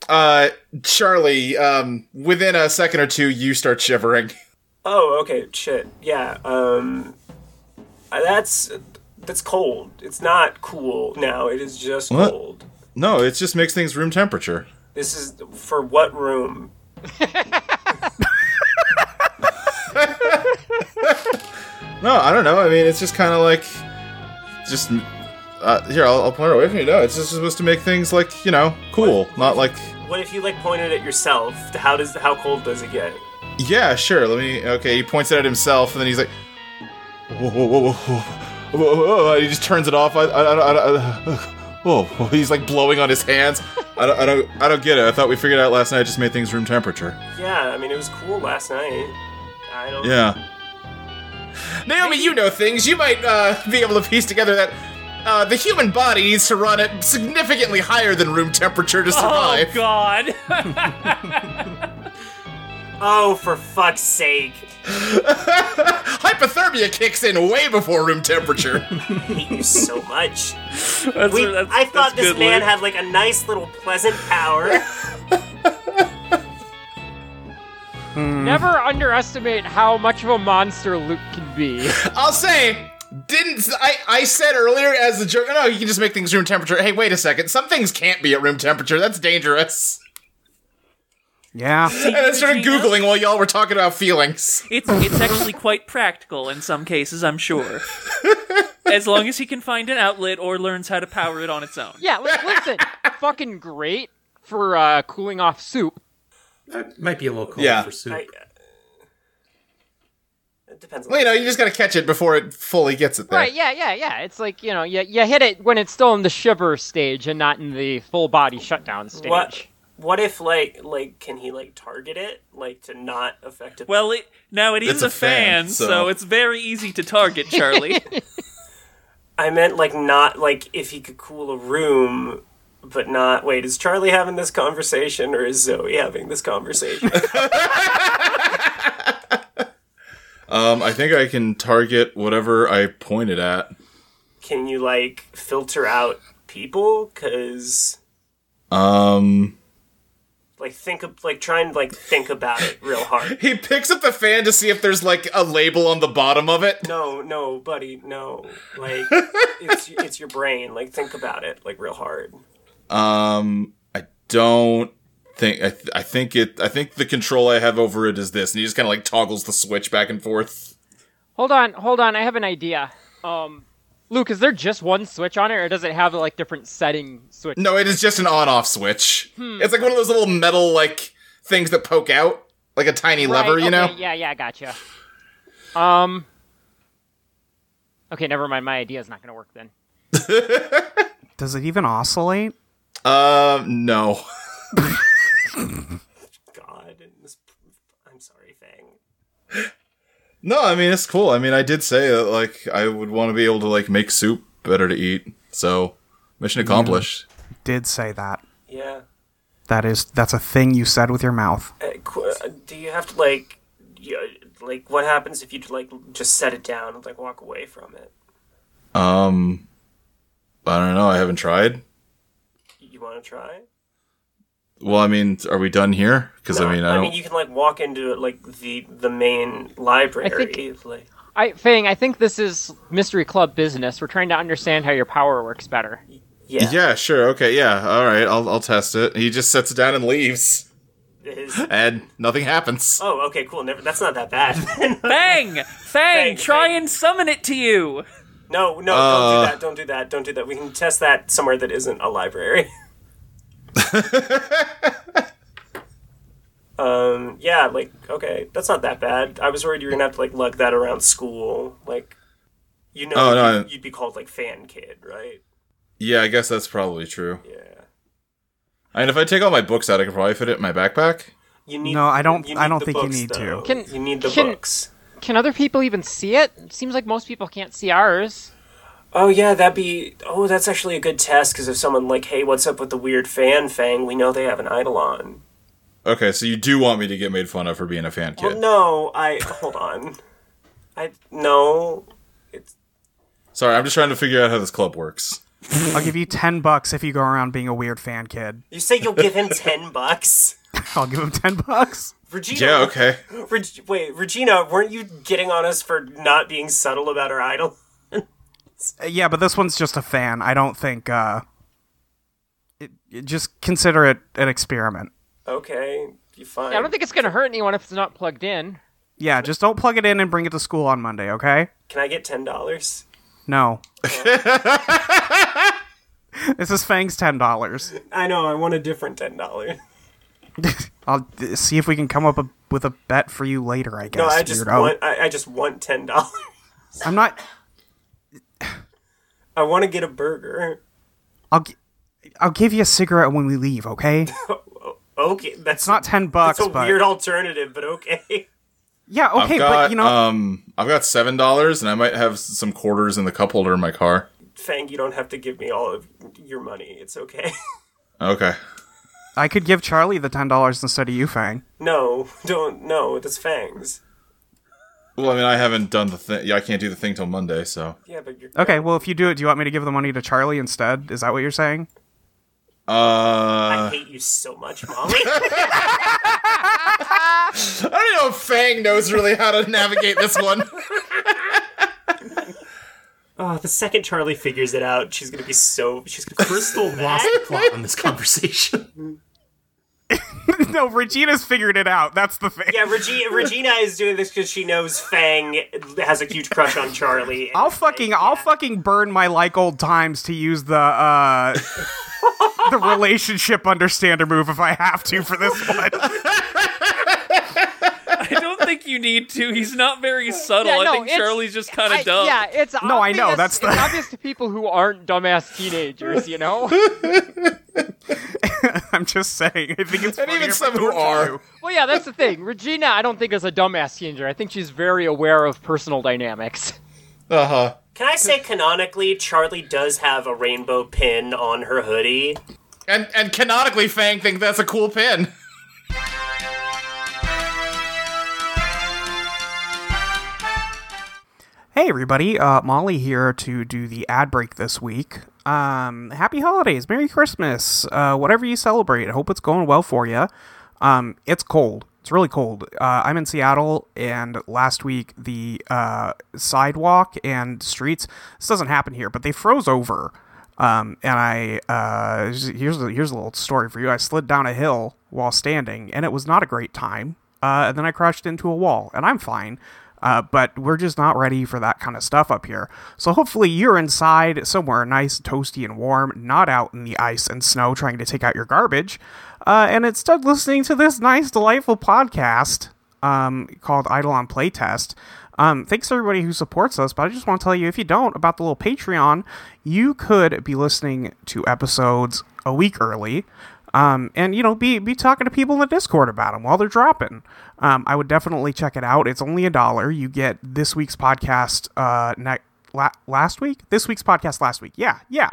[SPEAKER 3] Uh, Charlie, um, within a second or two, you start shivering.
[SPEAKER 4] Oh, okay, shit. Yeah, um uh, that's that's cold. It's not cool now. It is just
[SPEAKER 3] What?
[SPEAKER 4] cold.
[SPEAKER 3] No, it just makes things room temperature.
[SPEAKER 4] This is for what room?
[SPEAKER 3] No, I don't know. I mean, it's just kind of like, just uh, here. I'll, I'll point it away from you. No, it's just supposed to make things like you know cool, not like
[SPEAKER 4] What if you like pointed at yourself? How does how cold does it get?
[SPEAKER 3] yeah, sure. Let me. Okay, he points it at himself, and then he's like, whoa, whoa, whoa, whoa, whoa, whoa, whoa, whoa," and He just turns it off. I, I, I, I, I whoa, whoa, he's like blowing on his hands. I don't, I don't, I don't get it. I thought we figured out last night. It just made things room temperature.
[SPEAKER 4] Yeah, I mean it was cool last night. I don't
[SPEAKER 3] Yeah. Naomi, you know things. You might uh, be able to piece together that uh, the human body needs to run at significantly higher than room temperature to
[SPEAKER 5] Oh
[SPEAKER 3] survive.
[SPEAKER 5] God!
[SPEAKER 4] Oh, for fuck's sake.
[SPEAKER 3] Hypothermia kicks in way before room temperature.
[SPEAKER 4] I hate you so much.
[SPEAKER 5] That's-
[SPEAKER 4] We,
[SPEAKER 5] that's-
[SPEAKER 4] I thought
[SPEAKER 5] that's
[SPEAKER 4] this
[SPEAKER 5] good,
[SPEAKER 4] man
[SPEAKER 5] Luke.
[SPEAKER 4] had like a nice little pleasant power.
[SPEAKER 6] Never underestimate how much of a monster Luke can be.
[SPEAKER 3] I'll say. Didn't I? I said earlier as a joke. No, you can just make things room temperature. Hey, wait a second. Some things can't be at room temperature. That's dangerous.
[SPEAKER 1] Yeah.
[SPEAKER 3] And I started googling while y'all were talking about feelings.
[SPEAKER 5] It's it's actually quite practical in some cases, I'm sure. As long as he can find an outlet or learns how to power it on its own.
[SPEAKER 6] Yeah, like, listen, fucking great for uh, cooling off soup.
[SPEAKER 7] That might be a little cold
[SPEAKER 3] Yeah.
[SPEAKER 7] for soup.
[SPEAKER 4] I, it depends.
[SPEAKER 3] Well, you know, you just gotta catch it before it fully gets it there.
[SPEAKER 6] Right, yeah, yeah, yeah. It's like, you know, you, you hit it when it's still in the shiver stage and not in the full body shutdown stage.
[SPEAKER 4] What? What if like like can he like target it like to not affect it?
[SPEAKER 5] Well, it, now it is
[SPEAKER 3] It's a
[SPEAKER 5] a fan,
[SPEAKER 3] fan,
[SPEAKER 5] so.
[SPEAKER 3] so-
[SPEAKER 5] it's very easy to target Charlie.
[SPEAKER 4] I meant like not like if he could cool a room, but not. Wait, is Charlie having this conversation or is Zoe having this conversation?
[SPEAKER 3] Um, I think I can target whatever I pointed at.
[SPEAKER 4] can you like filter out people? Because
[SPEAKER 3] Um,
[SPEAKER 4] like think of like try and like think about it real hard.
[SPEAKER 3] he picks up the fan to see if there's like a label on the bottom of it.
[SPEAKER 4] No, no, buddy, no. Like it's it's your brain. Like think about it like real hard.
[SPEAKER 3] Um, I don't think I. Th- I think it. I think the control I have over it is this, and he just kind of like toggles the switch back and forth.
[SPEAKER 6] Hold on, hold on. I have an idea. Um, Luke, is there just one switch on it, or does it have like different setting switches?
[SPEAKER 3] No, it is just an on-off switch.
[SPEAKER 6] Hmm.
[SPEAKER 3] It's like one of those little metal like things that poke out, like a tiny
[SPEAKER 6] Right,
[SPEAKER 3] lever, you
[SPEAKER 6] okay,
[SPEAKER 3] know.
[SPEAKER 6] Yeah, yeah, gotcha. Um. Okay, never mind. My idea is not going to work then.
[SPEAKER 1] Does it even oscillate?
[SPEAKER 3] Um, no.
[SPEAKER 4] God, and this. I'm sorry, Fang.
[SPEAKER 3] No, I mean it's cool. I mean, I did say that like I would want to be able to like make soup better to eat. So, mission accomplished.
[SPEAKER 1] Did say that.
[SPEAKER 4] Yeah.
[SPEAKER 1] That is that's a thing you said with your mouth.
[SPEAKER 4] Uh, qu- uh, do you have to like, y- like what happens if you like just set it down and like walk away from it?
[SPEAKER 3] Um, I don't know. I haven't tried.
[SPEAKER 4] You want to try?
[SPEAKER 3] Well, I mean, are we done here? Because I mean, I don't.
[SPEAKER 4] you can like walk into like the the main library. like,
[SPEAKER 6] I Fang, I think this is mystery club business. We're trying to understand how your power works better.
[SPEAKER 4] yeah.
[SPEAKER 3] yeah, sure. Okay. Yeah. All right. I'll I'll test it. He just sets it down and leaves,
[SPEAKER 4] his-
[SPEAKER 3] and nothing happens.
[SPEAKER 4] oh, okay, cool. Never. That's not that bad.
[SPEAKER 5] Fang! Fang, try
[SPEAKER 4] Fang.
[SPEAKER 5] and summon it to you!
[SPEAKER 4] no, no,
[SPEAKER 3] Uh.
[SPEAKER 4] don't do that. Don't do that. Don't do that. We can test that somewhere that isn't a library. um. Yeah. Like. Okay. That's not that bad. I was worried you were gonna have to like lug that around school. Like. You know,
[SPEAKER 3] Oh, no,
[SPEAKER 4] you'd,
[SPEAKER 3] I-
[SPEAKER 4] you'd be called like fan kid, right?
[SPEAKER 3] Yeah, I guess that's probably true.
[SPEAKER 4] Yeah.
[SPEAKER 3] I mean, if I take all my books out, I could probably fit it in my backpack.
[SPEAKER 4] You need.
[SPEAKER 1] No, I don't-
[SPEAKER 4] You
[SPEAKER 1] I
[SPEAKER 4] need
[SPEAKER 1] don't
[SPEAKER 4] the
[SPEAKER 1] think you
[SPEAKER 4] books,
[SPEAKER 1] need to.
[SPEAKER 4] though.
[SPEAKER 6] Can-
[SPEAKER 4] you need the
[SPEAKER 6] can-
[SPEAKER 4] books.
[SPEAKER 6] Can other people even see it? Seems like most people can't see ours.
[SPEAKER 4] Oh yeah, that'd be. Oh, that's actually a good test because if someone like, hey, what's up with the weird fan fang? We know they have an idol on.
[SPEAKER 3] Okay, so you do want me to get made fun of for being a fan kid?
[SPEAKER 4] Well, Oh, no, I hold on. I no. It's
[SPEAKER 3] Sorry, I'm just trying to figure out how this club works.
[SPEAKER 1] I'll give you 10 bucks if you go around being a weird fan kid.
[SPEAKER 4] You say you'll give him ten bucks.
[SPEAKER 1] I'll give him 10 bucks.
[SPEAKER 4] Regina,
[SPEAKER 3] Yeah, okay.
[SPEAKER 4] Reg- wait, Regina, weren't you getting on us for not being subtle about her idol?
[SPEAKER 1] Uh, Yeah, but this one's just a fan. I don't think uh it, it- just consider it an experiment.
[SPEAKER 4] Okay, you fine.
[SPEAKER 6] I don't think it's going to hurt anyone if it's not plugged in.
[SPEAKER 1] Yeah, just don't plug it in and bring it to school on Monday, okay?
[SPEAKER 4] Can I get ten dollars?
[SPEAKER 1] No. this is Fang's $10.
[SPEAKER 4] I know. I want a different ten dollars.
[SPEAKER 1] I'll uh, see if we can come up a, with a bet for you later, I guess.
[SPEAKER 4] No, I just
[SPEAKER 1] weirdo.
[SPEAKER 4] want. I, I just want ten dollars.
[SPEAKER 1] I'm not
[SPEAKER 4] I want to get a burger.
[SPEAKER 1] I'll gi- I'll give you a cigarette when we leave, okay? It's
[SPEAKER 4] Okay, that's
[SPEAKER 1] not 10 bucks,
[SPEAKER 4] That's a
[SPEAKER 1] but
[SPEAKER 4] weird alternative, but okay.
[SPEAKER 1] Yeah, okay,
[SPEAKER 3] I've got,
[SPEAKER 1] but you know
[SPEAKER 3] um, I've got seven dollars, and I might have s- some quarters in the cup holder in my car.
[SPEAKER 4] Fang, you don't have to give me all of your money. It's okay.
[SPEAKER 3] Okay.
[SPEAKER 1] I could give Charlie the ten dollars instead of you, Fang.
[SPEAKER 4] No, don't. No, that's Fang's.
[SPEAKER 3] Well, I mean, I haven't done the thing. Yeah, I can't do the thing till Monday, so.
[SPEAKER 4] Yeah, but you're
[SPEAKER 1] Okay, well if you do it, do you want me to give the money to Charlie instead? Is that what you're saying?
[SPEAKER 3] Uh,
[SPEAKER 4] I hate you so much, Molly.
[SPEAKER 3] I don't know if Fang knows really how to navigate this one.
[SPEAKER 4] oh, the second Charlie figures it out, she's gonna be so. She's gonna. be
[SPEAKER 7] Crystal lost the plot on this conversation.
[SPEAKER 1] no, Regina's figured it out. That's the thing.
[SPEAKER 4] Yeah, Regina, Regina is doing this because she knows Fang has a huge crush on Charlie.
[SPEAKER 1] I'll fucking I'll fucking burn my like old times to use the uh the relationship understander move if I have to for this one.
[SPEAKER 5] I don't think you need to. He's not very subtle.
[SPEAKER 6] Yeah, no,
[SPEAKER 5] I think
[SPEAKER 6] it's-
[SPEAKER 5] Charlie's just kind
[SPEAKER 6] I-
[SPEAKER 5] of dumb.
[SPEAKER 6] Yeah, it's
[SPEAKER 1] No, I know,
[SPEAKER 6] obvious-
[SPEAKER 1] that's the-
[SPEAKER 6] it's obvious to people who aren't dumbass teenagers, you know.
[SPEAKER 1] I'm just saying. I think it's
[SPEAKER 3] And
[SPEAKER 1] funnier
[SPEAKER 3] even
[SPEAKER 1] if
[SPEAKER 3] some
[SPEAKER 1] I
[SPEAKER 3] who
[SPEAKER 1] told
[SPEAKER 3] are.
[SPEAKER 1] you.
[SPEAKER 6] well, yeah, that's the thing. Regina, I don't think is a dumbass teenager. I think she's very aware of personal dynamics.
[SPEAKER 3] Uh huh.
[SPEAKER 4] Can I say canonically, Charlie does have a rainbow pin on her hoodie?
[SPEAKER 3] And and canonically, Fang think that's a cool pin.
[SPEAKER 1] Hey everybody, uh, Molly here to do the ad break this week. Um, happy holidays, Merry Christmas, uh, whatever you celebrate. I hope it's going well for you. Um, it's cold. It's really cold. Uh, I'm in Seattle, and last week the uh, sidewalk and streets. This doesn't happen here, but they froze over. Um, and I uh, here's a, here's a little story for you. I slid down a hill while standing, and it was not a great time. Uh, and then I crashed into a wall, and I'm fine. Uh, but we're just not ready for that kind of stuff up here. So hopefully you're inside somewhere nice, toasty, and warm, not out in the ice and snow trying to take out your garbage. Uh, and instead listening to this nice, delightful podcast um, called Idle on Playtest. Um, thanks to everybody who supports us, but I just want to tell you if you don't about the little Patreon, you could be listening to episodes a week early. Um, and you know, be be talking to people in the Discord about them while they're dropping. Um, I would definitely check it out. It's only a dollar. You get this week's podcast uh, ne- la- last week. This week's podcast last week. Yeah, yeah.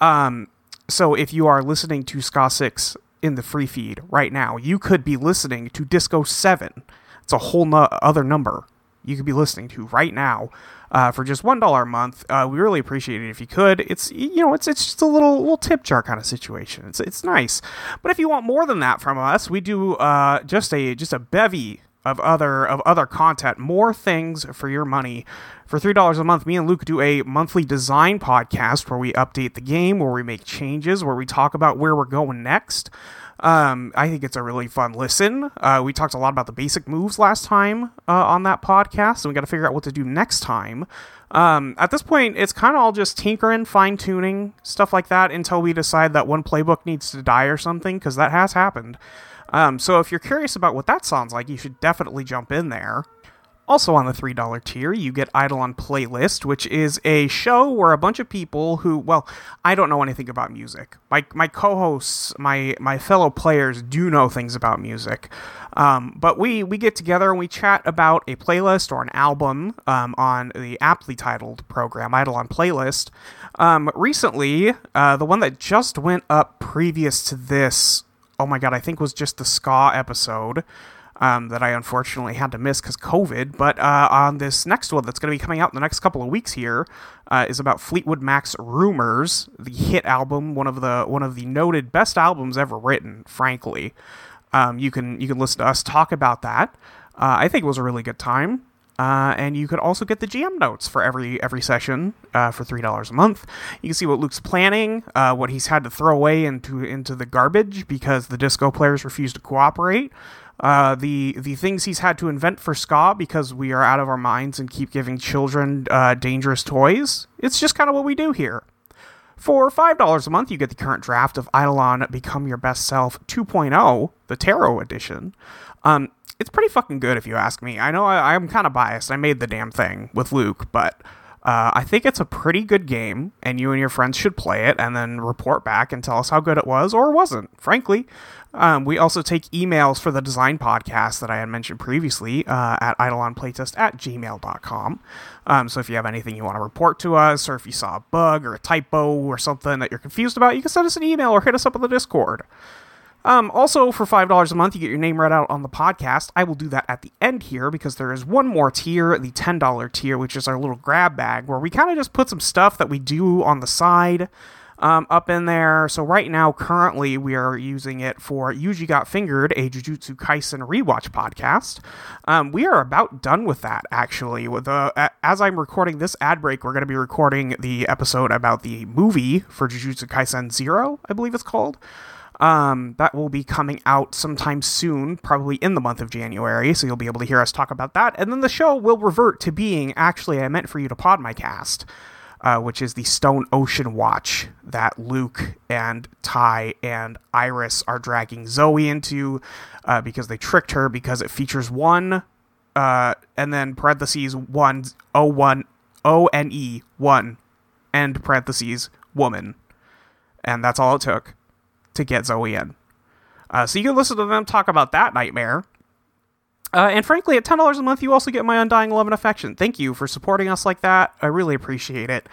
[SPEAKER 1] Um, so if you are listening to Ska Six in the free feed right now, you could be listening to Disco Seven. It's a whole no- other number you could be listening to right now uh, for just one dollar a month. Uh, we really appreciate it if you could. It's you know it's it's just a little little tip jar kind of situation. It's it's nice, but if you want more than that from us, we do uh, just a just a bevy of other of other content, more things for your money. For three dollars a month, me and Luke do a monthly design podcast where we update the game, where we make changes, where we talk about where we're going next. Um, I think it's a really fun listen. Uh, we talked a lot about the basic moves last time uh, on that podcast, and we got to figure out what to do next time. Um, at this point, it's kind of all just tinkering, fine tuning, stuff like that, until we decide that one playbook needs to die or something, because that has happened. Um, so if you're curious about what that sounds like, you should definitely jump in there. Also on the $3 tier, you get Idle on Playlist, which is a show where a bunch of people who, well, I don't know anything about music. My, my co-hosts, my, my fellow players do know things about music. Um, but we, we get together and we chat about a playlist or an album um, on the aptly titled program, Idle on Playlist. Um, recently, uh, the one that just went up previous to this, oh my god, I think was just the Ska episode um, that I unfortunately had to miss because COVID. But uh, on this next one that's going to be coming out in the next couple of weeks here uh, is about Fleetwood Mac's "Rumors," the hit album, one of the one of the noted best albums ever written. Frankly, um, you can you can listen to us talk about that. Uh, I think it was a really good time. Uh, and you could also get the GM notes for every every session uh, for three dollars a month. You can see what Luke's planning, uh, what he's had to throw away into into the garbage because the disco players refuse to cooperate. Uh, the the things he's had to invent for ska because we are out of our minds and keep giving children uh, dangerous toys. It's just kind of what we do here. For $5 a month, you get the current draft of Eidolon Become Your Best Self 2.0, the Tarot Edition. Um, it's pretty fucking good if you ask me. I know I, I'm kind of biased. I made the damn thing with Luke, but uh, I think it's a pretty good game, and you and your friends should play it and then report back and tell us how good it was or wasn't, frankly. Um, we also take emails for the design podcast that I had mentioned previously uh, at idolonplaytest at gmail.com. Um, so if you have anything you want to report to us, or if you saw a bug or a typo or something that you're confused about, you can send us an email or hit us up on the Discord. Um, also, for five dollars a month, you get your name read out on the podcast. I will do that at the end here because there is one more tier, the ten dollar tier, which is our little grab bag where we kind of just put some stuff that we do on the side um, up in there. So right now, currently, we are using it for Yuji Got Fingered, a Jujutsu Kaisen rewatch podcast. Um, we are about done with that actually. With the a- as I'm recording this ad break, we're going to be recording the episode about the movie for Jujutsu Kaisen Zero, I believe it's called. Um, that will be coming out sometime soon, probably in the month of January. So you'll be able to hear us talk about that. And then the show will revert to being actually, I meant for you to pod my cast, uh, which is the Stone Ocean Watch that Luke and Ty and Iris are dragging Zoe into uh, because they tricked her because it features one, uh, and then parentheses one, O one, O N E, one, end parentheses, woman. And that's all it took to get Zoe in. Uh, so you can listen to them talk about that nightmare. Uh, and frankly, at ten dollars a month, you also get my undying love and affection. Thank you for supporting us like that. I really appreciate it.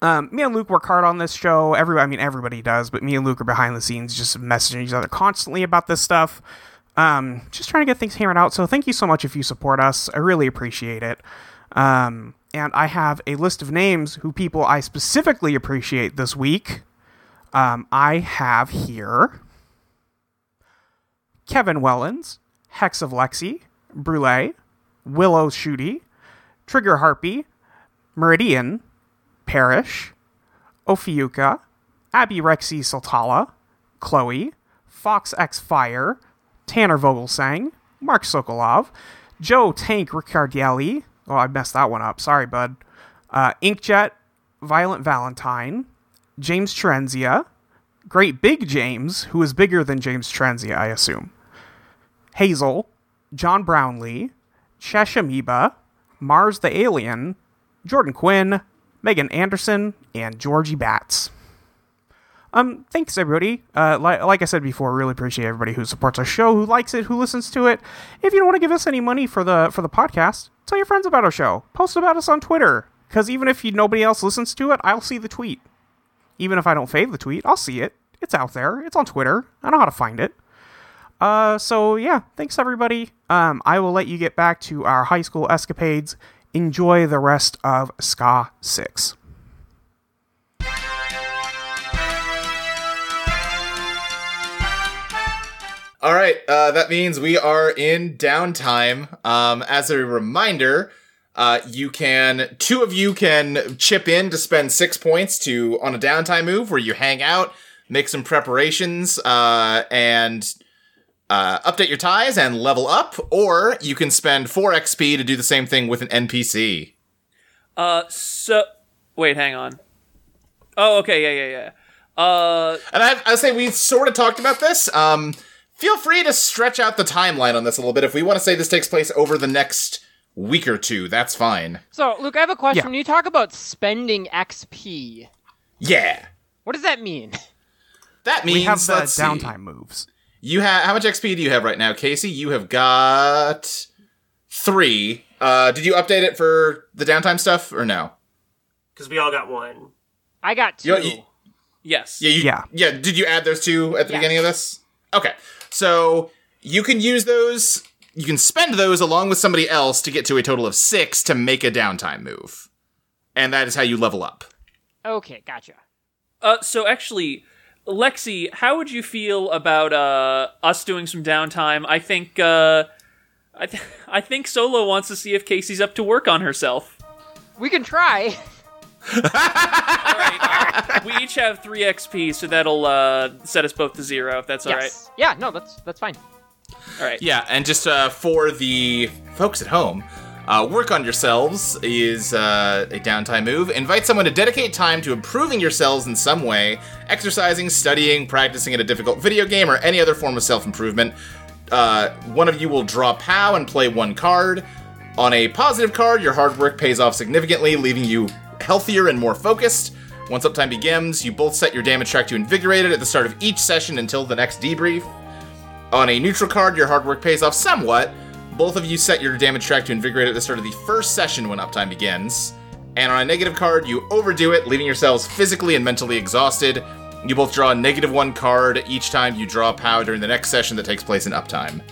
[SPEAKER 1] Um, me and Luke work hard on this show. Every, I mean, everybody does, but me and Luke are behind the scenes, just messaging each other constantly about this stuff. Um, just trying to get things hammered out. So thank you so much if you support us. I really appreciate it. Um, and I have a list of names who people I specifically appreciate this week. Um, I have here Kevin Wellens, Hex of Lexi, Brule, Willow Shooty, Trigger Harpy, Meridian, Parrish, Ophiuka, Abby Rexy Saltala, Chloe, Fox X Fire, Tanner Vogelsang, Mark Sokolov, Joe Tank Ricardelli. Oh, I messed that one up. Sorry, bud. Uh, Inkjet, Violent Valentine, James Trenzia, Great Big James, who is bigger than James Trenzia, I assume, Hazel, John Brownlee, Chesh Amoeba, Mars the Alien, Jordan Quinn, Megan Anderson, and Georgie Batts. Um, thanks everybody. Uh, li- like I said before, really appreciate everybody who supports our show, who likes it, who listens to it. If you don't want to give us any money for the for the podcast, tell your friends about our show. Post about us on Twitter, because even if you, nobody else listens to it, I'll see the tweet even if I don't fave the tweet, I'll see it. It's out there. It's on Twitter. I know how to find it. Uh, so yeah, thanks everybody. Um, I will let you get back to our high school escapades. Enjoy the rest of Ska Six.
[SPEAKER 3] All right, uh, that means we are in downtime. Um, as a reminder, uh, you can two of you can chip in to spend six points to on a downtime move where you hang out, make some preparations, uh, and uh, update your ties and level up. Or you can spend four XP to do the same thing with an NPC.
[SPEAKER 5] Uh, so wait, hang on. Oh, okay, yeah, yeah, yeah. Uh,
[SPEAKER 3] And I, I say we sort of talked about this. Um, feel free to stretch out the timeline on this a little bit. If we want to say this takes place over the next week or two, that's fine.
[SPEAKER 6] So, Luke, I have a question.
[SPEAKER 1] Yeah.
[SPEAKER 6] When you talk about spending XP,
[SPEAKER 3] Yeah,
[SPEAKER 6] what does that mean?
[SPEAKER 3] that means
[SPEAKER 1] We have the
[SPEAKER 3] let's see.
[SPEAKER 1] downtime moves.
[SPEAKER 3] You have how much XP do you have right now, Casey? You have got three. Uh, did you update it for the downtime stuff or no?
[SPEAKER 4] because we all got one.
[SPEAKER 6] I got two.
[SPEAKER 3] You- you-
[SPEAKER 5] yes.
[SPEAKER 3] yeah, you,
[SPEAKER 1] Yeah.
[SPEAKER 3] yeah. Did you add those two at the
[SPEAKER 6] Yeah.
[SPEAKER 3] beginning of this? Okay, so you can use those You can spend those along with somebody else to get to a total of six to make a downtime move. And that is how you level up.
[SPEAKER 6] Okay, gotcha.
[SPEAKER 5] Uh, so actually, Lexi, how would you feel about uh, us doing some downtime? I think uh, I, th- I think Solo wants to see if Casey's up to work on herself.
[SPEAKER 6] We can try.
[SPEAKER 5] All right, we each have three XP, so that'll uh, set us both to zero if that's all right.
[SPEAKER 6] yes. Yeah. No, that's that's fine.
[SPEAKER 5] All right.
[SPEAKER 3] Yeah, and just uh, for the folks at home, uh, work on yourselves is uh, a downtime move. Invite someone to dedicate time to improving yourselves in some way, exercising, studying, practicing at a difficult video game, or any other form of self improvement. Uh, one of you will draw POW and play one card. On a positive card, your hard work pays off significantly, leaving you healthier and more focused. Once uptime begins, you both set your damage track to invigorated at the start of each session until the next debrief. On a neutral card, your hard work pays off somewhat. Both of you set your damage track to invigorate at the start of the first session when uptime begins. And on a negative card, you overdo it, leaving yourselves physically and mentally exhausted. You both draw a negative one card each time you draw POW during the next session that takes place in uptime.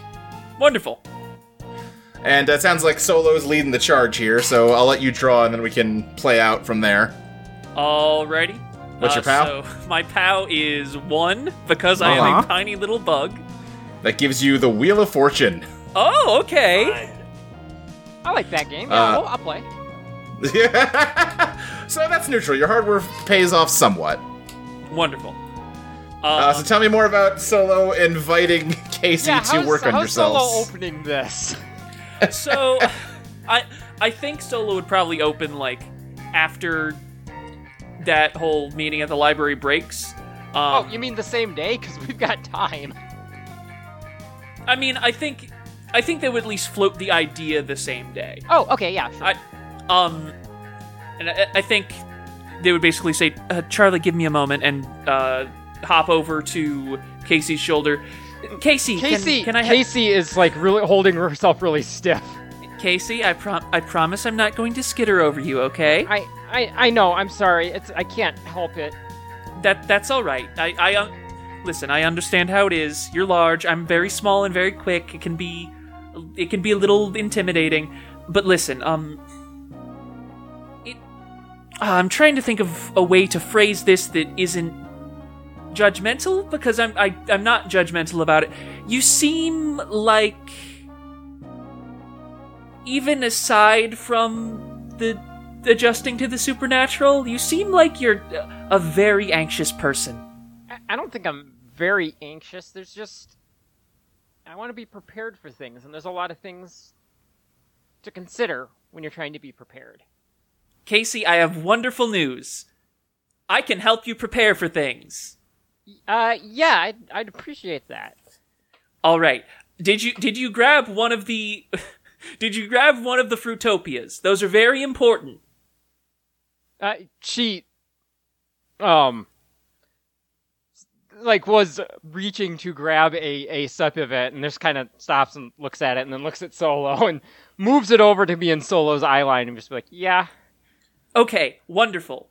[SPEAKER 5] Wonderful.
[SPEAKER 3] And that sounds like Solo's leading the charge here, so I'll let you draw and then we can play out from there.
[SPEAKER 5] Alrighty.
[SPEAKER 3] What's
[SPEAKER 5] Uh,
[SPEAKER 3] your POW?
[SPEAKER 5] So my POW is one because I am
[SPEAKER 1] Uh-huh.
[SPEAKER 5] a tiny little bug.
[SPEAKER 3] That gives you the Wheel of Fortune.
[SPEAKER 5] Oh, okay.
[SPEAKER 4] Fine.
[SPEAKER 6] I like that game. Yeah,
[SPEAKER 3] Uh,
[SPEAKER 6] well, I'll play.
[SPEAKER 3] so that's neutral. Your hard work pays off somewhat.
[SPEAKER 5] Wonderful. Uh,
[SPEAKER 3] Uh, so tell me more about Solo inviting Casey
[SPEAKER 6] Yeah,
[SPEAKER 3] to
[SPEAKER 6] how's,
[SPEAKER 3] work on
[SPEAKER 6] how's
[SPEAKER 3] yourselves.
[SPEAKER 6] Solo opening this?
[SPEAKER 5] so I I think Solo would probably open like after that whole meeting at the library breaks. Um,
[SPEAKER 6] Oh, you mean the same day? Because we've got time.
[SPEAKER 5] I mean, I think I think they would at least float the idea the same day.
[SPEAKER 6] Oh, okay, yeah, sure.
[SPEAKER 5] I um, and I, I think they would basically say, uh, "Charlie, give me a moment," and uh, hop over to Casey's shoulder. Casey, can-
[SPEAKER 6] Casey,
[SPEAKER 5] can, I have
[SPEAKER 6] Casey is like really holding herself really stiff.
[SPEAKER 5] Casey? I prom- I promise I'm not going to skitter over you. Okay.
[SPEAKER 6] I, I, I know. I'm sorry. It's I can't help it.
[SPEAKER 5] That that's all right. I I uh, listen. I understand how it is. You're large. I'm very small and very quick. It can be it can be a little intimidating. But listen, um, it, ah, I'm trying to think of a way to phrase this that isn't judgmental because I'm I, I'm not judgmental about it. You seem like even aside from the adjusting to the supernatural, you seem like you're a very anxious person.
[SPEAKER 6] I, I don't think I'm very anxious. There's just I want to be prepared for things, and there's a lot of things to consider when you're trying to be prepared.
[SPEAKER 5] Casey, I have wonderful news. I can help you prepare for things.
[SPEAKER 6] Uh, yeah, I'd, I'd appreciate that.
[SPEAKER 5] All right. Did you did you grab one of the did you grab one of the fruitopias? Those are very important.
[SPEAKER 6] Uh, she, um, like was reaching to grab a a sip of it, and just kind of stops and looks at it, and then looks at Solo and moves it over to be in Solo's eye line, and just be like, yeah,
[SPEAKER 5] Okay, wonderful.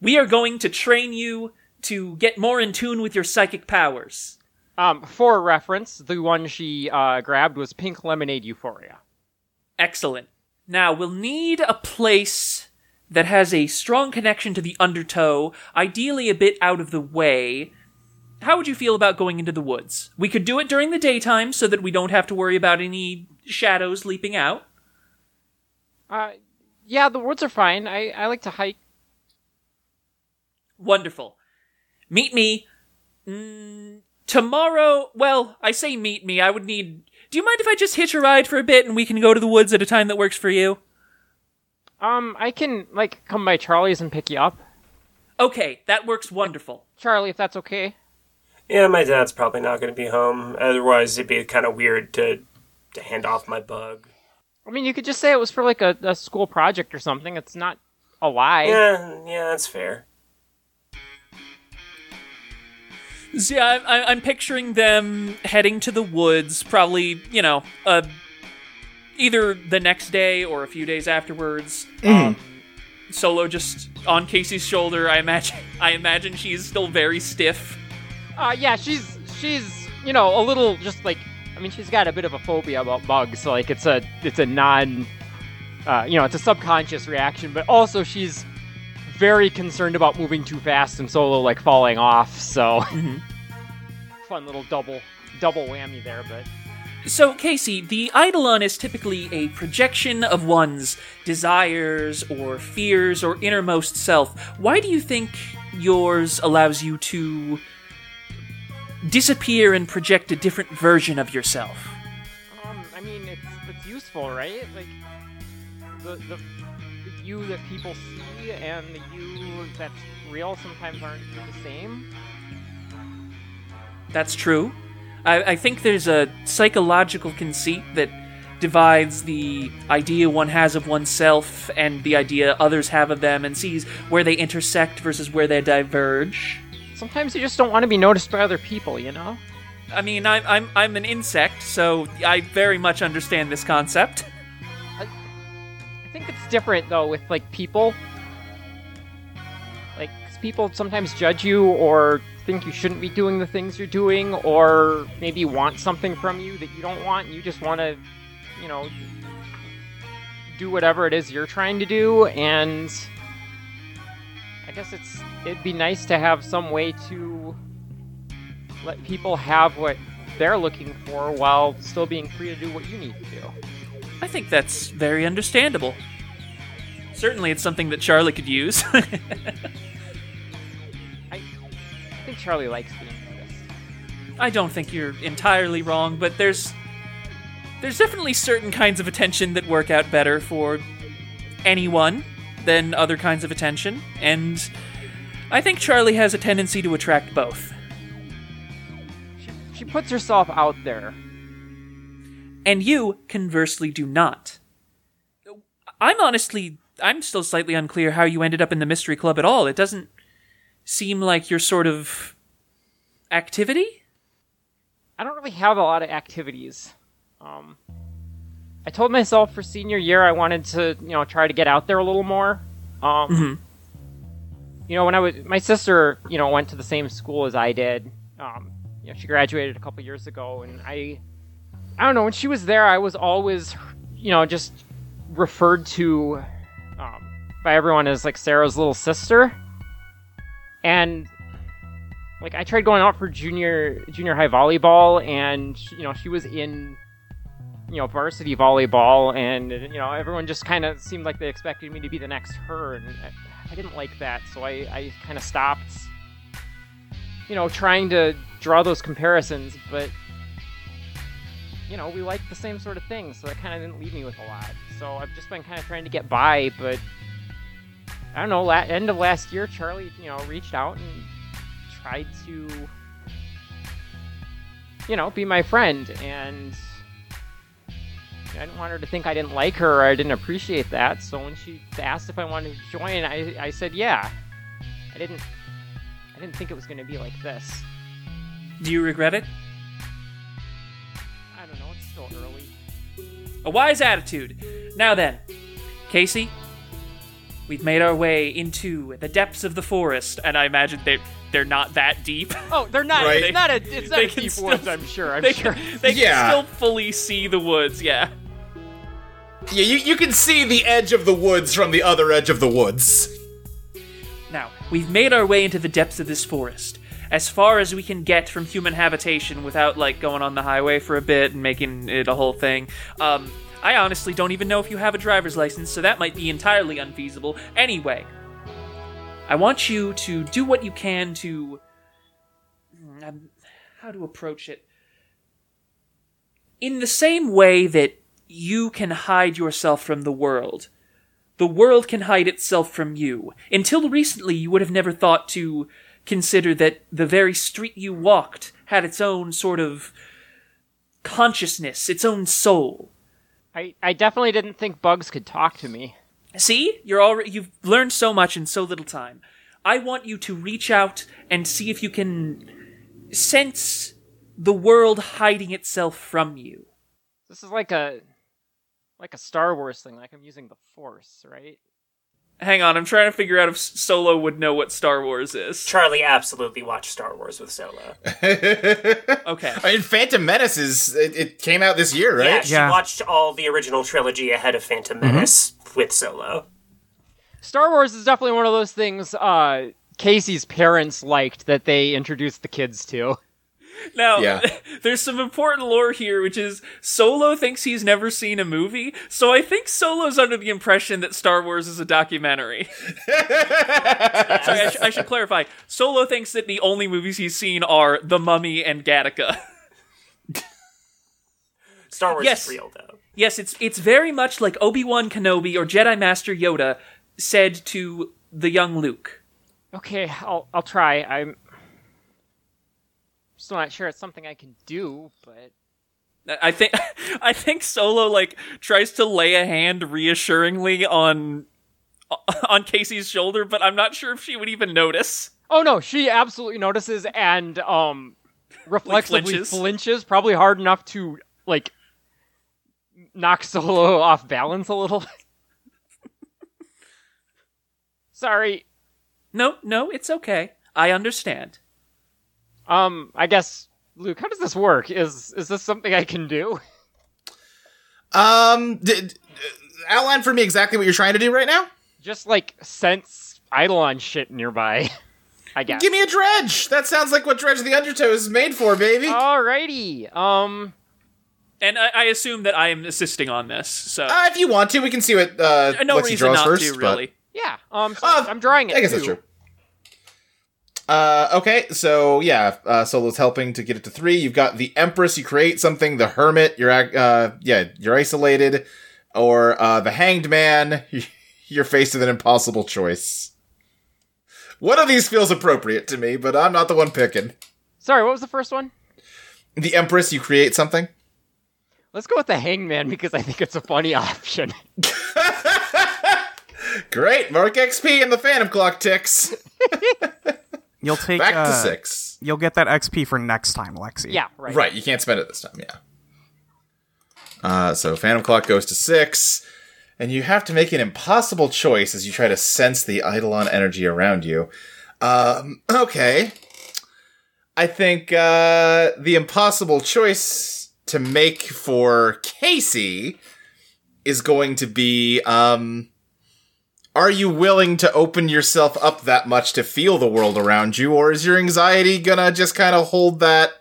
[SPEAKER 5] We are going to train you to get more in tune with your psychic powers.
[SPEAKER 6] Um, for reference, the one she uh, grabbed was Pink Lemonade Euphoria.
[SPEAKER 5] Excellent. Now, we'll need a place that has a strong connection to the undertow, ideally a bit out of the way. How would you feel about going into the woods? We could do it during the daytime so that we don't have to worry about any shadows leaping out.
[SPEAKER 6] Uh, yeah, the woods are fine. I, I like to hike.
[SPEAKER 5] Wonderful. Meet me mm, tomorrow. Well, I say meet me. I would need. Do you mind if I just hitch a ride for a bit and we can go to the woods at a time that works for you?
[SPEAKER 6] Um, I can like come by Charlie's and pick you up,
[SPEAKER 5] Okay, that works wonderful.
[SPEAKER 6] Charlie, if that's okay.
[SPEAKER 4] Yeah, my dad's probably not going to be home. Otherwise, it'd be kind of weird to to hand off my bug.
[SPEAKER 6] I mean, you could just say it was for like a, a school project or something. It's not a lie.
[SPEAKER 4] Yeah, yeah, that's fair.
[SPEAKER 5] So yeah, I'm, I'm- I'm picturing them heading to the woods, probably, you know, uh, either the next day or a few days afterwards. Um, Solo just on Casey's shoulder. I imagine. I imagine she's still very stiff.
[SPEAKER 6] Uh, yeah, she's she's you know a little just like I mean, she's got a bit of a phobia about bugs. Like it's a it's a non, uh, you know, it's a subconscious reaction. But also she's very concerned about moving too fast and Solo like falling off. So fun little double double whammy there. But
[SPEAKER 5] So, Casey, the Eidolon is typically a projection of one's desires or fears or innermost self. Why do you think yours allows you to disappear and project a different version of yourself?
[SPEAKER 6] um, I mean, it's it's useful, right? Like the the, the you that people see and the you that's real sometimes aren't the same.
[SPEAKER 5] That's true. I, I think there's a psychological conceit that divides the idea one has of oneself and the idea others have of them and sees where they intersect versus where they diverge.
[SPEAKER 6] Sometimes you just don't want to be noticed by other people, you know.
[SPEAKER 5] I mean, I'm, I'm, I'm an insect, so I very much understand this concept.
[SPEAKER 6] I think it's different though with like people. Like 'cause people sometimes judge you or think you shouldn't be doing the things you're doing or maybe want something from you that you don't want and you just want to, you know, do whatever it is you're trying to do and I guess it's it'd be nice to have some way to let people have what they're looking for while still being free to do what you need to do.
[SPEAKER 5] I think that's very understandable. Certainly, it's something that Charlie could use.
[SPEAKER 6] I think Charlie likes being noticed.
[SPEAKER 5] I don't think you're entirely wrong, but there's there's definitely certain kinds of attention that work out better for anyone than other kinds of attention, and I think Charlie has a tendency to attract both.
[SPEAKER 6] She, she puts herself out there.
[SPEAKER 5] and you conversely do not. I'm honestly I'm still slightly unclear how you ended up in the mystery club at all. It doesn't seem like your sort of activity.
[SPEAKER 6] I don't really have a lot of activities. Um, I told myself for senior year I wanted to, you know, try to get out there a little more. Um, You know, when I was my sister, you know, went to the same school as I did. Um, you know, she graduated a couple years ago, and I, I don't know. When she was there, I was always, you know, just referred to um, by everyone as like Sarah's little sister, and like I tried going out for junior junior high volleyball, and you know she was in you know varsity volleyball, and you know everyone just kind of seemed like they expected me to be the next her, and I, I didn't like that, so I I kind of stopped, you know, trying to draw those comparisons, but you know we liked the same sort of things, so that kind of didn't leave me with a lot. So I've just been kind of trying to get by, but. I don't know. La- end of last year, Charlie, you know, reached out and tried to you know be my friend and i didn't want her to think i didn't like her or i didn't appreciate that so when she asked if i wanted to join i, I said yeah i didn't i didn't think it was going to be like this
[SPEAKER 5] Do you regret it?
[SPEAKER 6] i don't know it's still early
[SPEAKER 5] A wise attitude. Now then, Casey, we've made our way into the depths of the forest, and I imagine they they're not that deep.
[SPEAKER 6] oh they're not
[SPEAKER 3] Right.
[SPEAKER 6] it's not a it's not
[SPEAKER 5] They
[SPEAKER 6] a
[SPEAKER 5] can
[SPEAKER 6] deep
[SPEAKER 5] still-
[SPEAKER 6] woods i'm sure i'm
[SPEAKER 5] they
[SPEAKER 6] sure
[SPEAKER 5] can, they
[SPEAKER 3] Yeah.
[SPEAKER 5] can still fully see the woods. Yeah.
[SPEAKER 3] Yeah, you, you can see the edge of the woods from the other edge of the woods.
[SPEAKER 5] Now, we've made our way into the depths of this forest, as far as we can get from human habitation without, like, going on the highway for a bit and making it a whole thing. Um, I honestly don't even know if you have a driver's license, so that might be entirely unfeasible. Anyway, I want you to do what you can to. Mm, um, how to approach it? In the same way that you can hide yourself from the world, the world can hide itself from you. Until recently, you would have never thought to consider that the very street you walked had its own sort of consciousness, its own soul.
[SPEAKER 6] I, I definitely didn't think bugs could talk to me
[SPEAKER 5] See, you're already you've learned so much in so little time. I want you to reach out and see if you can sense the world hiding itself from you.
[SPEAKER 6] this is like a like a star wars thing like i'm using the force right
[SPEAKER 5] Hang on, I'm trying to figure out if S- Solo would know what Star Wars is.
[SPEAKER 4] Charlie absolutely watched Star Wars with Solo.
[SPEAKER 5] Okay.
[SPEAKER 3] I mean, Phantom Menace is it, it came out this year,
[SPEAKER 4] Yeah,
[SPEAKER 3] right?
[SPEAKER 4] she
[SPEAKER 1] Yeah.
[SPEAKER 4] watched all the original trilogy ahead of Phantom Menace with Solo.
[SPEAKER 6] Star Wars is definitely one of those things uh, Casey's parents liked that they introduced the kids to.
[SPEAKER 5] Now,
[SPEAKER 3] Yeah.
[SPEAKER 5] there's some important lore here, which is Solo thinks he's never seen a movie, so I think Solo's under the impression that Star Wars is a documentary. Sorry, I, sh- I should clarify. Solo thinks that the only movies he's seen are The Mummy and Gattaca.
[SPEAKER 4] Star Wars
[SPEAKER 5] Yes.
[SPEAKER 4] is real though.
[SPEAKER 5] yes, it's it's very much like Obi Wan Kenobi or Jedi Master Yoda said to the young Luke.
[SPEAKER 6] Okay, I'll I'll try. I'm still not sure it's something I can do, but
[SPEAKER 5] I think I think Solo like tries to lay a hand reassuringly on on Casey's shoulder, but I'm not sure if she would even notice.
[SPEAKER 6] oh no, she absolutely notices and um reflexively
[SPEAKER 5] flinches.
[SPEAKER 6] flinches. probably hard enough to like knock Solo off balance a little. Sorry.
[SPEAKER 5] No, no, it's okay. I understand.
[SPEAKER 6] Um, I guess Luke, how does this work? Is is this something I can do?
[SPEAKER 3] Um, d- d- outline for me exactly what you're trying to do right now.
[SPEAKER 6] Just like sense Eidolon shit nearby. I guess.
[SPEAKER 3] Give me a dredge. That sounds like what Dredge of the Undertow is made for, baby.
[SPEAKER 5] Oh.
[SPEAKER 6] Alrighty. Um.
[SPEAKER 5] And I, I assume that I am assisting on this, so
[SPEAKER 3] Uh, if you want to, we can see what uh,
[SPEAKER 5] Uh, no
[SPEAKER 3] Lexi
[SPEAKER 5] reason
[SPEAKER 3] draws
[SPEAKER 5] not
[SPEAKER 3] first.
[SPEAKER 5] to
[SPEAKER 3] but-
[SPEAKER 5] really.
[SPEAKER 6] Yeah. Um. so
[SPEAKER 3] Uh,
[SPEAKER 6] I'm drawing it.
[SPEAKER 3] I guess
[SPEAKER 6] too.
[SPEAKER 3] that's true. Uh, okay, so yeah, uh, Solo's helping to get it to three. You've got the Empress. You create something. The Hermit. You're ac- uh, yeah, you're isolated, or uh, the Hanged Man. You're faced with an impossible choice. One of these feels appropriate to me, but I'm not the one picking.
[SPEAKER 6] Sorry. What was the first one?
[SPEAKER 3] The Empress. You create something.
[SPEAKER 6] Let's go with the Hangman because I think it's a funny option.
[SPEAKER 3] Great, mark XP and the Phantom Clock ticks.
[SPEAKER 1] You'll take
[SPEAKER 3] Back to
[SPEAKER 1] uh,
[SPEAKER 3] six.
[SPEAKER 1] You'll get that XP for next time, Lexi.
[SPEAKER 6] yeah. Right.
[SPEAKER 3] Right, you can't spend it this time, yeah. Uh, so Phantom Clock goes to six, and you have to make an impossible choice as you try to sense the Eidolon energy around you. Um, okay. I think uh, the impossible choice to make for Casey is going to be um, Are you willing to open yourself up that much to feel the world around you, or is your anxiety gonna just kind of hold that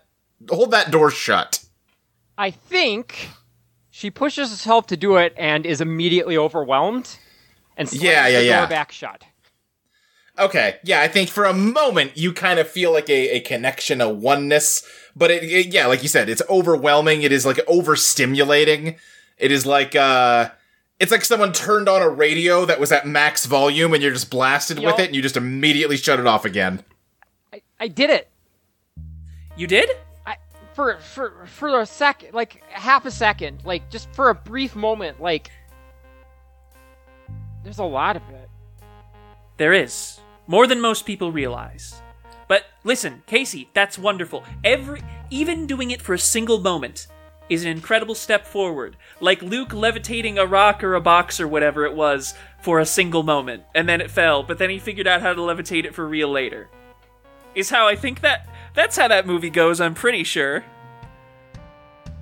[SPEAKER 3] hold that door shut.
[SPEAKER 6] I think she pushes herself to do it and is immediately overwhelmed. And slams
[SPEAKER 3] Yeah, yeah,
[SPEAKER 6] the
[SPEAKER 3] yeah.
[SPEAKER 6] Door back shut.
[SPEAKER 3] Okay, yeah, I think for a moment you kind of feel like a, a connection, a oneness, but it, it- yeah, like you said, it's overwhelming. It is like overstimulating. It is like uh, it's like someone turned on a radio that was at max volume and you're just blasted with
[SPEAKER 6] Yup.
[SPEAKER 3] it, and you just immediately shut it off again.
[SPEAKER 6] I, I did it.
[SPEAKER 5] You did?
[SPEAKER 6] I, for for for a second, like half a second, like just for a brief moment, like there's a lot of it.
[SPEAKER 5] There is more than most people realize. But listen, Casey, that's wonderful. Every even doing it for a single moment is an incredible step forward. Like Luke levitating a rock or a box or whatever it was for a single moment, and then it fell, but then he figured out how to levitate it for real later. Is how I think that that's how that movie goes, I'm pretty sure.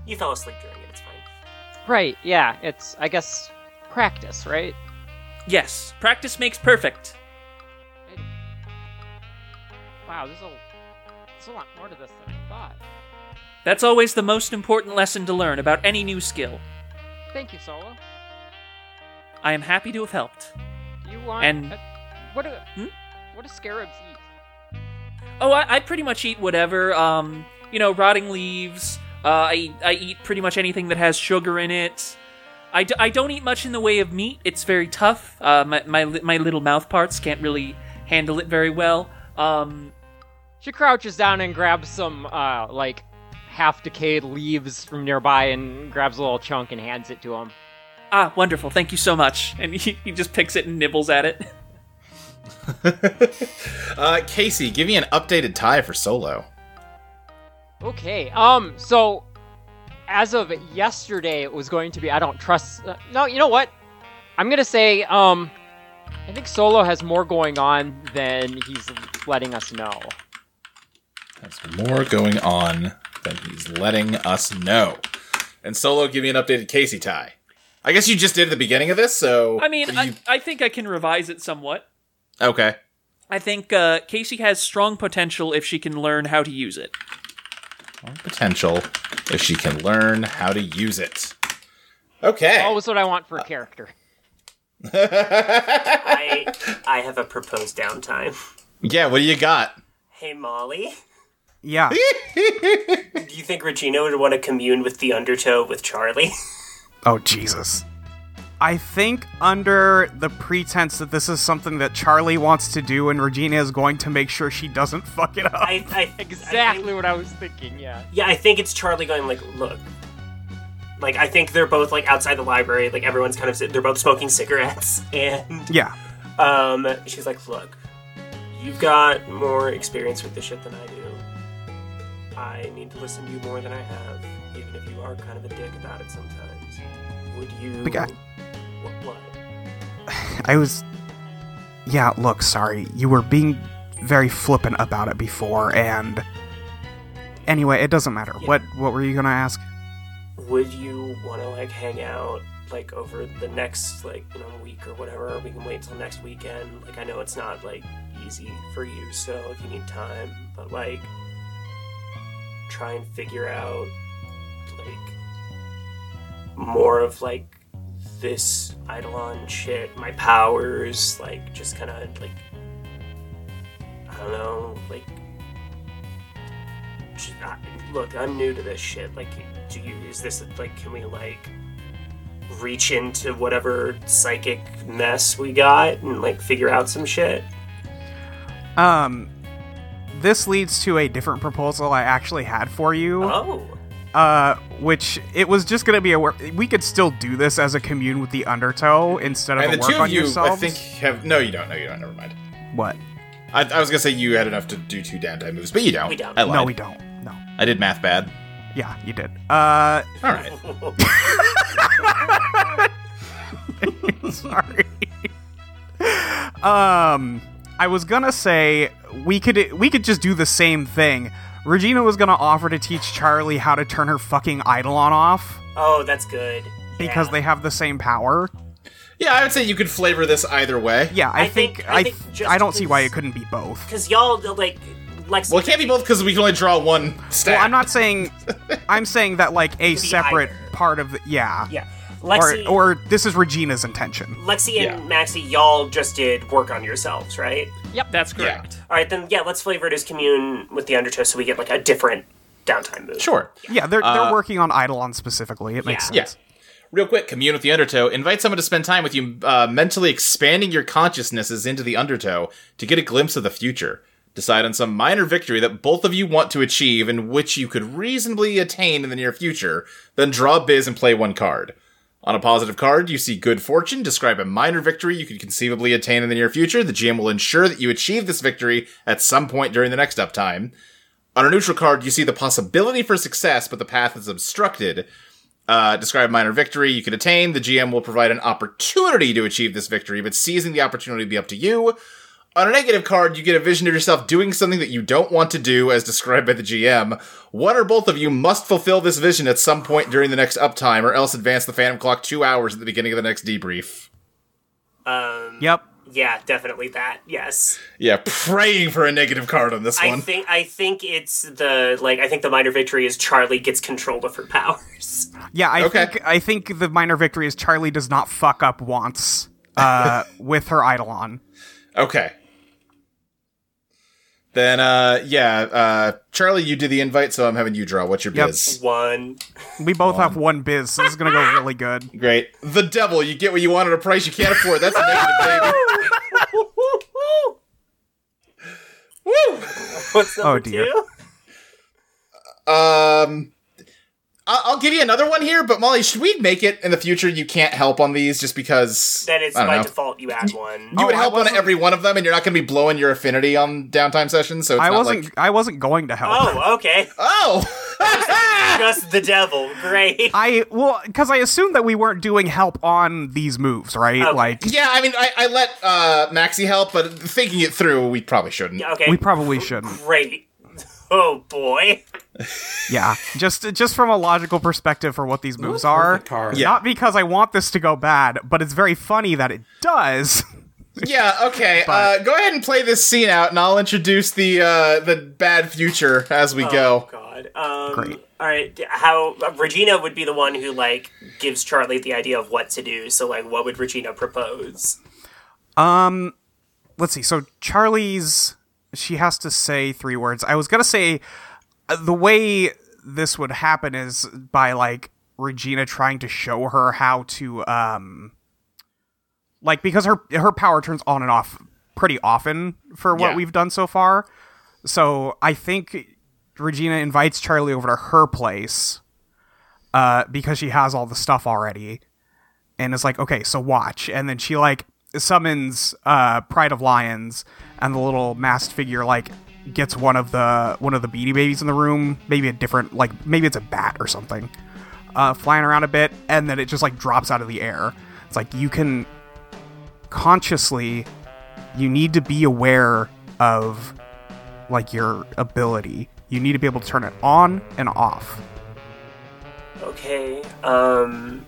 [SPEAKER 4] You fell asleep during it. It's fine.
[SPEAKER 6] Right? Yeah. It's I guess practice, right?
[SPEAKER 5] Yes, practice makes perfect.
[SPEAKER 6] Wow, there's a there's a lot more to this than I thought.
[SPEAKER 5] That's always the most important lesson to learn about any new skill.
[SPEAKER 6] Thank you, Solo.
[SPEAKER 5] I am happy to have helped.
[SPEAKER 6] You want
[SPEAKER 5] And-
[SPEAKER 6] uh, what do
[SPEAKER 5] Hmm?
[SPEAKER 6] what do scarabs eat?
[SPEAKER 5] Oh, I, I pretty much eat whatever. Um, you know, rotting leaves. Uh, I I eat pretty much anything that has sugar in it. I, d- I don't eat much in the way of meat. It's very tough. Uh, my my li- my little mouth parts can't really handle it very well. Um,
[SPEAKER 6] She crouches down and grabs some uh like half decayed leaves from nearby and grabs a little chunk and hands it to him.
[SPEAKER 5] ah, wonderful. Thank you so much. And he, he just picks it and nibbles at it.
[SPEAKER 3] Uh, Casey, give me an updated tie for solo.
[SPEAKER 6] Okay. Um. So, as of yesterday, it was going to be. I don't trust. uh, no. You know what? I'm gonna say. Um. I think Solo has more going on than he's letting us know.
[SPEAKER 3] There's more going on than he's letting us know. And Solo, give me an updated Casey tie. I guess you just did at the beginning of this, so
[SPEAKER 5] I mean,
[SPEAKER 3] you-
[SPEAKER 5] I, I think I can revise it somewhat.
[SPEAKER 3] okay.
[SPEAKER 5] I think uh, Casey has strong potential if she can learn how to use it.
[SPEAKER 3] Potential if she can learn how to use it. Okay.
[SPEAKER 6] Always Oh, what I want for a character.
[SPEAKER 4] I I have a proposed downtime.
[SPEAKER 3] yeah. What do you got?
[SPEAKER 4] Hey Molly,
[SPEAKER 1] Yeah.
[SPEAKER 4] do you think Regina would want to commune with the undertow with Charlie?
[SPEAKER 1] Oh, Jesus. I think under the pretense that this is something that Charlie wants to do and Regina is going to make sure she doesn't fuck it up.
[SPEAKER 4] I, I I
[SPEAKER 6] Exactly
[SPEAKER 4] think,
[SPEAKER 6] what I was thinking. Yeah.
[SPEAKER 4] yeah, I think it's Charlie going like, look. Like I think they're both like outside the library. Like everyone's kind of sit- they're both smoking cigarettes, and
[SPEAKER 1] Yeah.
[SPEAKER 4] um, she's like, look, you've got more experience with this shit than I do. I need to listen to you more than I have, even if you are kind of a dick about it sometimes. Would you?
[SPEAKER 1] Big guy.
[SPEAKER 4] What? what?
[SPEAKER 1] I was. Yeah, look, sorry. You were being very flippant about it before, and. Anyway, it doesn't matter. What What were you gonna ask?
[SPEAKER 4] would you want to like hang out like over the next like you know week or whatever or we can wait till next weekend like i know it's not like easy for you so if you need time but like try and figure out like more of like this eidolon shit my powers like just kind of like i don't know like j- I- look, I'm new to this shit. Like, do you is this like? Can we like reach into whatever psychic mess we got and like figure out some shit?
[SPEAKER 1] Um. This leads to a different proposal I actually had for you.
[SPEAKER 4] Oh,
[SPEAKER 3] Uh-huh.
[SPEAKER 1] uh, which it was just gonna be a work. We could still do this as a commune with the Undertow instead of
[SPEAKER 3] And
[SPEAKER 1] a
[SPEAKER 3] the
[SPEAKER 1] work
[SPEAKER 3] two
[SPEAKER 1] on
[SPEAKER 3] of you,
[SPEAKER 1] yourselves.
[SPEAKER 3] I think, have no. You don't. No, you don't. Never mind.
[SPEAKER 1] What?
[SPEAKER 3] I, I was gonna say you had enough to do two downtime moves, but you don't.
[SPEAKER 4] We don't.
[SPEAKER 3] I lied.
[SPEAKER 1] No, we don't. No.
[SPEAKER 3] I did math bad.
[SPEAKER 1] Yeah, you did. Uh,
[SPEAKER 3] All right.
[SPEAKER 1] sorry. um, I was gonna say we could we could just do the same thing. Regina was gonna offer to teach Charlie how to turn her fucking Eidolon off
[SPEAKER 4] oh, that's good. Yeah.
[SPEAKER 1] because they have the same power.
[SPEAKER 3] Yeah, I would say you could flavor this either way.
[SPEAKER 1] Yeah, I,
[SPEAKER 4] I think-
[SPEAKER 1] think,
[SPEAKER 4] I
[SPEAKER 1] I
[SPEAKER 4] think
[SPEAKER 1] th-
[SPEAKER 4] just
[SPEAKER 1] I don't see why
[SPEAKER 4] please-
[SPEAKER 1] it couldn't be both.
[SPEAKER 4] because y'all like Lex.
[SPEAKER 3] Well, it can't be both because we can only draw one stat.
[SPEAKER 1] Well, I'm not saying. I'm saying that like a separate
[SPEAKER 4] either.
[SPEAKER 1] part of the yeah,
[SPEAKER 4] yeah,
[SPEAKER 1] or
[SPEAKER 4] Lexi,
[SPEAKER 1] or this is Regina's intention.
[SPEAKER 4] Lexi and
[SPEAKER 3] Yeah.
[SPEAKER 4] Maxie, y'all just did work on yourselves, right?
[SPEAKER 5] That's correct.
[SPEAKER 4] All right, then yeah, let's flavor it as commune with the Undertow, so we get like a different downtime move.
[SPEAKER 3] Sure.
[SPEAKER 1] Yeah, they're they're working on Eidolon specifically. It makes
[SPEAKER 3] Yeah.
[SPEAKER 1] sense.
[SPEAKER 3] Real quick, commune with the Undertow. Invite someone to spend time with you, uh, mentally expanding your consciousnesses into the Undertow to get a glimpse of the future. Decide on some minor victory that both of you want to achieve and which you could reasonably attain in the near future. Then draw a biz and play one card. On a positive card, you see good fortune. Describe a minor victory you could conceivably attain in the near future. The GM will ensure that you achieve this victory at some point during the next uptime. On a neutral card, you see the possibility for success, but the path is obstructed. Uh, describe minor victory you can attain. The GM will provide an opportunity to achieve this victory, but seizing the opportunity will be up to you. On a negative card, you get a vision of yourself doing something that you don't want to do, as described by the GM. One or both of you must fulfill this vision at some point during the next uptime, or else advance the Phantom Clock two hours at the beginning of the next debrief.
[SPEAKER 4] Um,
[SPEAKER 1] Yep.
[SPEAKER 4] yeah, definitely that. Yes.
[SPEAKER 3] Yeah, praying for a negative card on this
[SPEAKER 4] I
[SPEAKER 3] one.
[SPEAKER 4] think I think it's the like I think the minor victory is Charlie gets control of her powers.
[SPEAKER 1] Yeah, I
[SPEAKER 3] Okay.
[SPEAKER 1] think I think the minor victory is Charlie does not fuck up once uh, with her Eidolon.
[SPEAKER 3] Okay. Then, uh, yeah, uh, Charlie, you do the invite, so I'm having you draw. What's your
[SPEAKER 1] Yep.
[SPEAKER 3] biz?
[SPEAKER 4] One.
[SPEAKER 1] We both have one biz, so this is gonna go really good.
[SPEAKER 3] Great. The devil, you get what you want at a price you can't afford. That's a negative, baby.
[SPEAKER 4] What's number
[SPEAKER 1] Oh, dear.
[SPEAKER 4] two?
[SPEAKER 3] Um, I- I'll give you another one here, but Molly, should we make it in the future? You can't help on these just because
[SPEAKER 4] Then it's
[SPEAKER 3] I don't
[SPEAKER 4] by
[SPEAKER 3] know.
[SPEAKER 4] default you add one.
[SPEAKER 3] You would
[SPEAKER 1] Oh, I
[SPEAKER 3] help on
[SPEAKER 1] wasn't-
[SPEAKER 3] every one of them, and you're not going to be blowing your affinity on downtime sessions. So it's
[SPEAKER 1] I
[SPEAKER 3] not
[SPEAKER 1] wasn't
[SPEAKER 3] Like,
[SPEAKER 1] I wasn't going to help.
[SPEAKER 4] Oh, okay.
[SPEAKER 3] oh.
[SPEAKER 4] Oh,
[SPEAKER 1] Ah.
[SPEAKER 4] just the devil. Great.
[SPEAKER 1] I well, because I assumed that we weren't doing help on these moves, right? Like
[SPEAKER 3] Yeah, I mean, I, I let uh, Maxi help, but thinking it through, we probably shouldn't.
[SPEAKER 4] Okay.
[SPEAKER 1] we probably shouldn't.
[SPEAKER 4] Great. Oh boy.
[SPEAKER 1] Yeah, just just from a logical perspective for what these moves are.
[SPEAKER 7] perfect card.
[SPEAKER 3] Yeah.
[SPEAKER 1] Not because I want this to go bad, but it's very funny that it does.
[SPEAKER 3] Yeah, okay. uh, go ahead and play this scene out, and I'll introduce the uh, the bad future as we
[SPEAKER 4] Oh
[SPEAKER 3] go.
[SPEAKER 4] God. Um,
[SPEAKER 1] Great.
[SPEAKER 4] All right. How uh, Regina would be the one who like gives Charlie the idea of what to do. So like, what would Regina propose?
[SPEAKER 1] Let's see. So Charlie's she has to say three words. I was gonna say uh, the way this would happen is by like Regina trying to show her how to um like because her her power turns on and off pretty often for what
[SPEAKER 3] Yeah.
[SPEAKER 1] we've done so far. So I think Regina invites Charlie over to her place uh, because she has all the stuff already, and is like, okay, so watch. And then she like summons uh, Pride of Lions, and the little masked figure like gets one of the one of the Beady Babies in the room, maybe a different like maybe it's a bat or something, uh, flying around a bit, and then it just like drops out of the air. It's like you can consciously, you need to be aware of like your ability. You need to be able to turn it on and off.
[SPEAKER 4] Okay. Um,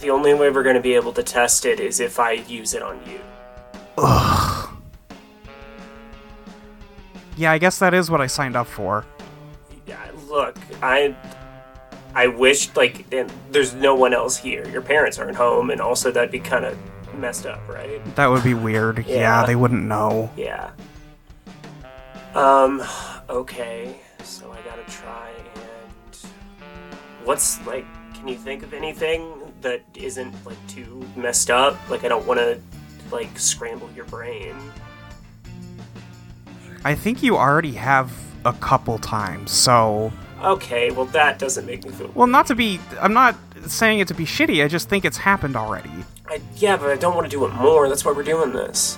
[SPEAKER 4] the only way we're going to be able to test it is if I use it on you.
[SPEAKER 1] Yeah, I guess that is what I signed up for.
[SPEAKER 4] Yeah, look, I I wish like and there's no one else here. Your parents aren't home, and also that'd be kind of messed up, right?
[SPEAKER 1] That would be weird.
[SPEAKER 4] Yeah.
[SPEAKER 1] yeah they wouldn't know.
[SPEAKER 4] Yeah. Um. Okay. So I gotta try and what's like? Can you think of anything that isn't like too messed up? Like I don't want to like scramble your brain.
[SPEAKER 1] I think you already have a couple times, so.
[SPEAKER 4] Okay. Well, that doesn't make me feel
[SPEAKER 1] Well, not to be. I'm not saying it to be shitty, I just think it's happened already.
[SPEAKER 4] I, yeah, but I don't want to do it more. That's why we're doing this.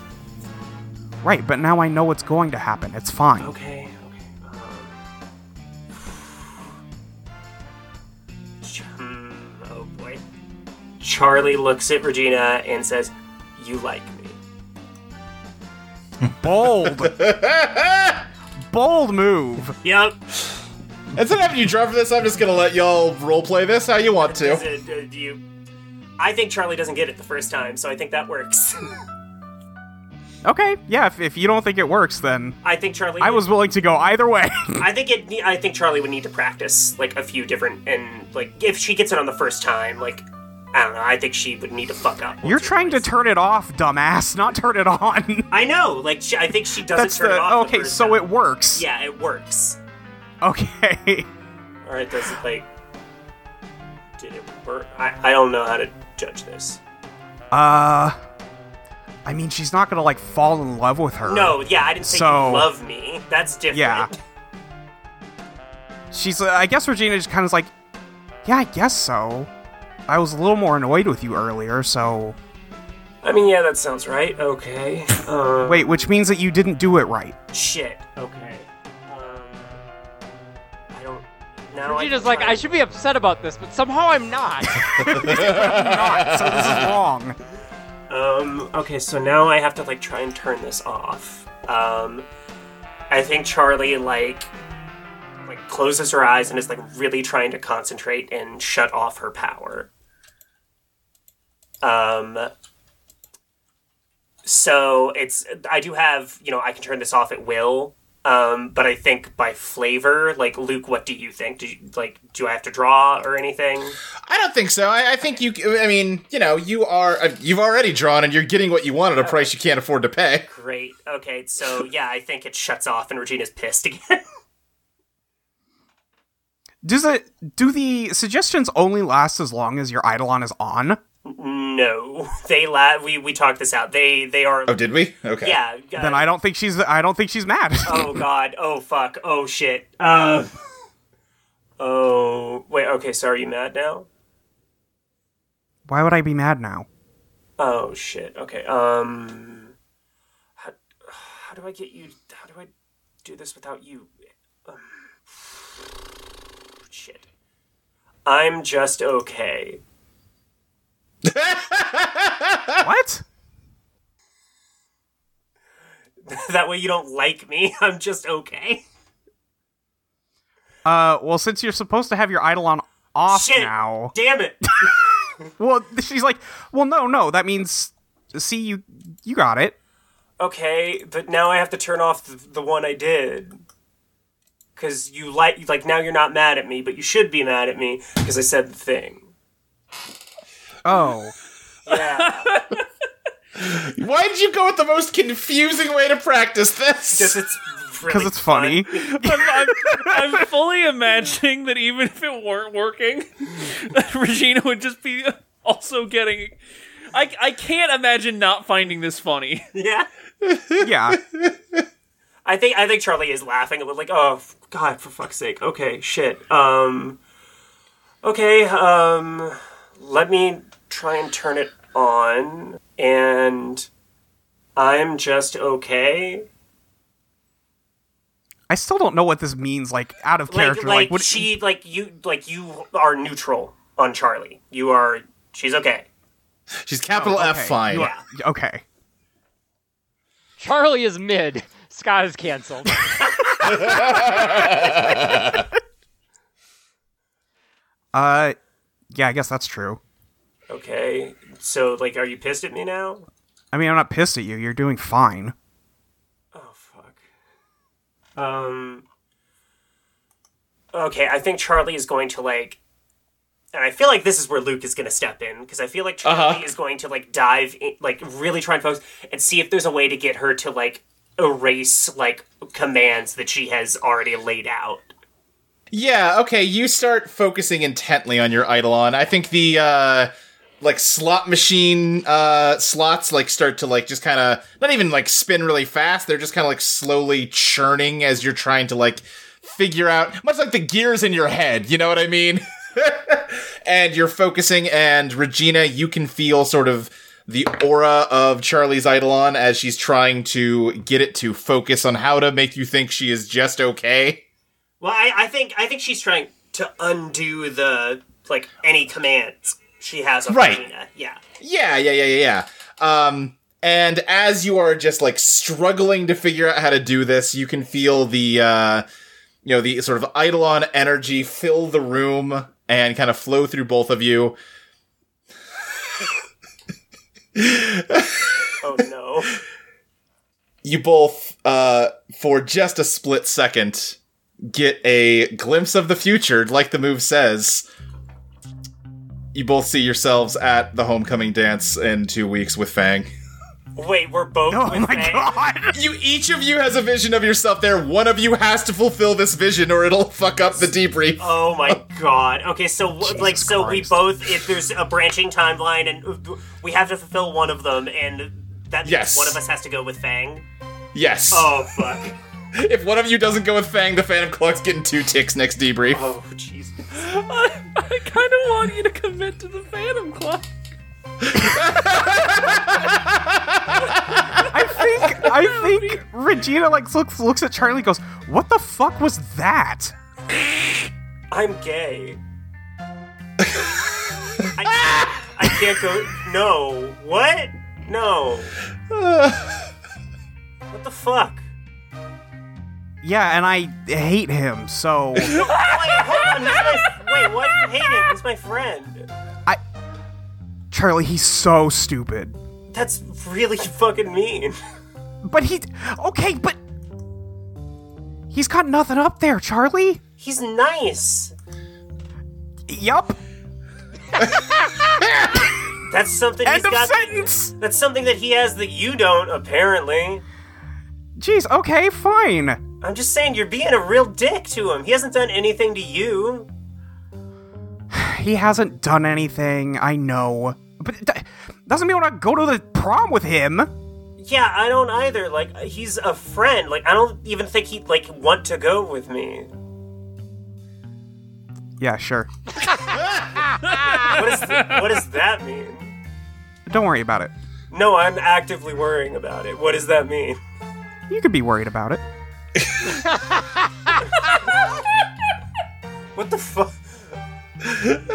[SPEAKER 1] Right, but now I know what's going to happen. It's fine.
[SPEAKER 4] Okay, okay. Um, Hmm, oh boy. Charlie looks at Regina and says, You like me.
[SPEAKER 1] Bold! Bold move!
[SPEAKER 4] Yep.
[SPEAKER 3] Instead of having you draw for this, I'm just gonna let y'all roleplay this how you want
[SPEAKER 4] Is
[SPEAKER 3] to.
[SPEAKER 4] it- uh, do you. I think Charlie doesn't get it the first time, so I think that works.
[SPEAKER 1] Okay, yeah, if, if you don't think it works, then.
[SPEAKER 4] I think Charlie.
[SPEAKER 1] I was willing to go either way.
[SPEAKER 4] I think it. ne- I think Charlie would need to practice like a few different and like if she gets it on the first time, like I don't know. I think she would need to fuck up.
[SPEAKER 1] You're trying to turn it off, dumbass, not turn it on.
[SPEAKER 4] I know. Like she, I think she doesn't
[SPEAKER 1] That's
[SPEAKER 4] turn
[SPEAKER 1] the.
[SPEAKER 4] it off. the
[SPEAKER 1] Okay,
[SPEAKER 4] first
[SPEAKER 1] so
[SPEAKER 4] time.
[SPEAKER 1] it works.
[SPEAKER 4] Yeah, it works.
[SPEAKER 1] Okay.
[SPEAKER 4] Or it doesn't like. Did it work? I, I don't know how to judge this.
[SPEAKER 1] Uh. I mean, she's not gonna, like, fall in love with her.
[SPEAKER 4] No, yeah, I didn't say
[SPEAKER 1] So-
[SPEAKER 4] you love me. That's different.
[SPEAKER 1] Yeah. she's uh, i guess regina just kind of like yeah i guess so i was a little more annoyed with you earlier so
[SPEAKER 4] I mean, yeah, that sounds right. Okay. Um,
[SPEAKER 1] wait which means that you didn't do it right
[SPEAKER 4] Shit. Okay. Um, I don't. Now I
[SPEAKER 6] Regina's
[SPEAKER 4] can
[SPEAKER 6] like,
[SPEAKER 4] try-
[SPEAKER 6] I should be upset about this, but somehow I'm not.
[SPEAKER 1] not so this is wrong
[SPEAKER 4] Um, okay, so now I have to like try and turn this off. Um, I think Charlie like like closes her eyes and is like really trying to concentrate and shut off her power. Um so it's I do have, you know, I can turn this off at will. Um, but I think by flavor, like Luke, what do you think? Do you, like do I have to draw or anything?
[SPEAKER 3] I don't think so. I, I think you. c- I mean, you know, you are. uh, You've already drawn, and you're getting what you want at a price you can't afford to pay.
[SPEAKER 4] Great. Okay, so yeah, I think it shuts off and Regina's pissed again.
[SPEAKER 1] does it do the suggestions only last as long as your eidolon is on
[SPEAKER 4] No, they la- we we talked this out. They they are
[SPEAKER 3] Oh, did we? Okay.
[SPEAKER 4] yeah. uh,
[SPEAKER 1] then i don't think she's i don't think she's mad
[SPEAKER 4] oh god. Oh fuck. Oh shit. Uh. Oh wait. Okay. So are you mad now?
[SPEAKER 1] why would i be mad now
[SPEAKER 4] Oh shit. Okay. Um. How, how do I get you? How do I do this without you? Um, shit. I'm just okay.
[SPEAKER 1] What?
[SPEAKER 4] that way you don't like me. I'm just okay.
[SPEAKER 1] Uh, well, since you're supposed to have your Eidolon off
[SPEAKER 4] Shit.
[SPEAKER 1] now,
[SPEAKER 4] Damn it.
[SPEAKER 1] well, she's like, well, no, no, that means, see, you, you got it.
[SPEAKER 4] okay, but now I have to turn off the, the one I did. Cause you like like now you're not mad at me, but you should be mad at me because I said the thing.
[SPEAKER 1] Oh,
[SPEAKER 4] Yeah,
[SPEAKER 3] Why did you go with the most confusing way to practice this?
[SPEAKER 4] because it's really
[SPEAKER 1] because it's funny.
[SPEAKER 5] I'm, I'm, I'm fully imagining that even if it weren't working, Regina would just be also getting. I, I can't imagine not finding this funny.
[SPEAKER 1] yeah.
[SPEAKER 4] Yeah, I think I think Charlie is laughing a little, like, oh f- God, for fuck's sake. Okay, shit. Um, okay. Um, let me try and turn it on, and I'm just okay.
[SPEAKER 1] I still don't know what this means, like, out of
[SPEAKER 4] like,
[SPEAKER 1] character.
[SPEAKER 4] like
[SPEAKER 1] what,
[SPEAKER 4] she like you like you are neutral on Charlie. You are she's okay.
[SPEAKER 3] She's capital
[SPEAKER 1] Oh, okay,
[SPEAKER 3] F fine.
[SPEAKER 1] you are- okay.
[SPEAKER 6] Charlie is mid. Scott is canceled.
[SPEAKER 1] Uh, yeah, I guess that's true.
[SPEAKER 4] Okay. So like are you pissed at me now?
[SPEAKER 1] I mean, I'm not pissed at you. You're doing fine.
[SPEAKER 4] Oh fuck. Um Okay, I think Charlie is going to like and I feel like this is where Luke is going to step in because I feel like
[SPEAKER 1] Uh-huh.
[SPEAKER 4] Charlie is going to like dive in, like really try and focus and see if there's a way to get her to like erase like commands that she has already laid out.
[SPEAKER 3] Yeah, okay, you start focusing intently on your Eidolon. I think the uh like slot machine uh slots like start to like just kind of not even like spin really fast. They're just kind of like slowly churning as you're trying to like figure out much like the gears in your head, you know what I mean? and you're focusing and Regina, you can feel sort of the aura of Charlie's Eidolon as she's trying to get it to focus on how to make you think she is just okay.
[SPEAKER 4] Well, I, I think I think she's trying to undo the like any commands she has on
[SPEAKER 3] Right.
[SPEAKER 4] Regina. Yeah.
[SPEAKER 3] Yeah, yeah, yeah, yeah, yeah. Um, and as you are just like struggling to figure out how to do this, you can feel the, uh, you know, the sort of Eidolon energy fill the room and kind of flow through both of you.
[SPEAKER 4] Oh no.
[SPEAKER 3] You both, uh, for just a split second, get a glimpse of the future, like the move says. You both see yourselves at the homecoming dance in two weeks with Fang.
[SPEAKER 4] Wait, we're both.
[SPEAKER 1] Oh
[SPEAKER 4] with
[SPEAKER 1] my
[SPEAKER 4] Faye?
[SPEAKER 1] god!
[SPEAKER 3] You each of you has a vision of yourself there. One of you has to fulfill this vision or it'll fuck up the debrief.
[SPEAKER 4] Oh my god. Okay, so wh- like so
[SPEAKER 1] Christ.
[SPEAKER 4] we both if there's a branching timeline and we have to fulfill one of them and that means
[SPEAKER 3] Yes.
[SPEAKER 4] one of us has to go with Fang.
[SPEAKER 3] Yes.
[SPEAKER 4] Oh fuck.
[SPEAKER 3] If one of you doesn't go with Fang, the Phantom Clock's getting two ticks next debrief.
[SPEAKER 4] Oh Jesus.
[SPEAKER 5] I, I kind of want you to commit to the Phantom Clock.
[SPEAKER 1] I think I think Regina like looks looks at Charlie, and goes, "What the fuck was that?"
[SPEAKER 4] I'm gay. I, I can't go. No. What? No. What the fuck?
[SPEAKER 1] Yeah, and I hate him. So
[SPEAKER 4] Wait, hold on. He's my, wait, why do you hate him? He's my friend.
[SPEAKER 1] Charlie, he's so stupid.
[SPEAKER 4] That's really fucking mean.
[SPEAKER 1] But he okay, but he's got nothing up there, Charlie.
[SPEAKER 4] He's nice.
[SPEAKER 1] Yup.
[SPEAKER 4] That's something
[SPEAKER 1] End
[SPEAKER 4] he's
[SPEAKER 1] of
[SPEAKER 4] got.
[SPEAKER 1] sentence.
[SPEAKER 4] That's something that he has that you don't, apparently.
[SPEAKER 1] Jeez. Okay. Fine.
[SPEAKER 4] I'm just saying, you're being a real dick to him. He hasn't done anything to you.
[SPEAKER 1] He hasn't done anything. I know, but it d- doesn't mean I want to go to the prom with him.
[SPEAKER 4] Yeah, I don't either. Like, he's a friend. Like, I don't even think he'd, like, want to go with me.
[SPEAKER 1] Yeah, sure.
[SPEAKER 4] What, is what does that mean?
[SPEAKER 1] Don't worry about it.
[SPEAKER 4] No, I'm actively worrying about it. What does that mean?
[SPEAKER 1] You could be worried about it.
[SPEAKER 4] What the fuck? like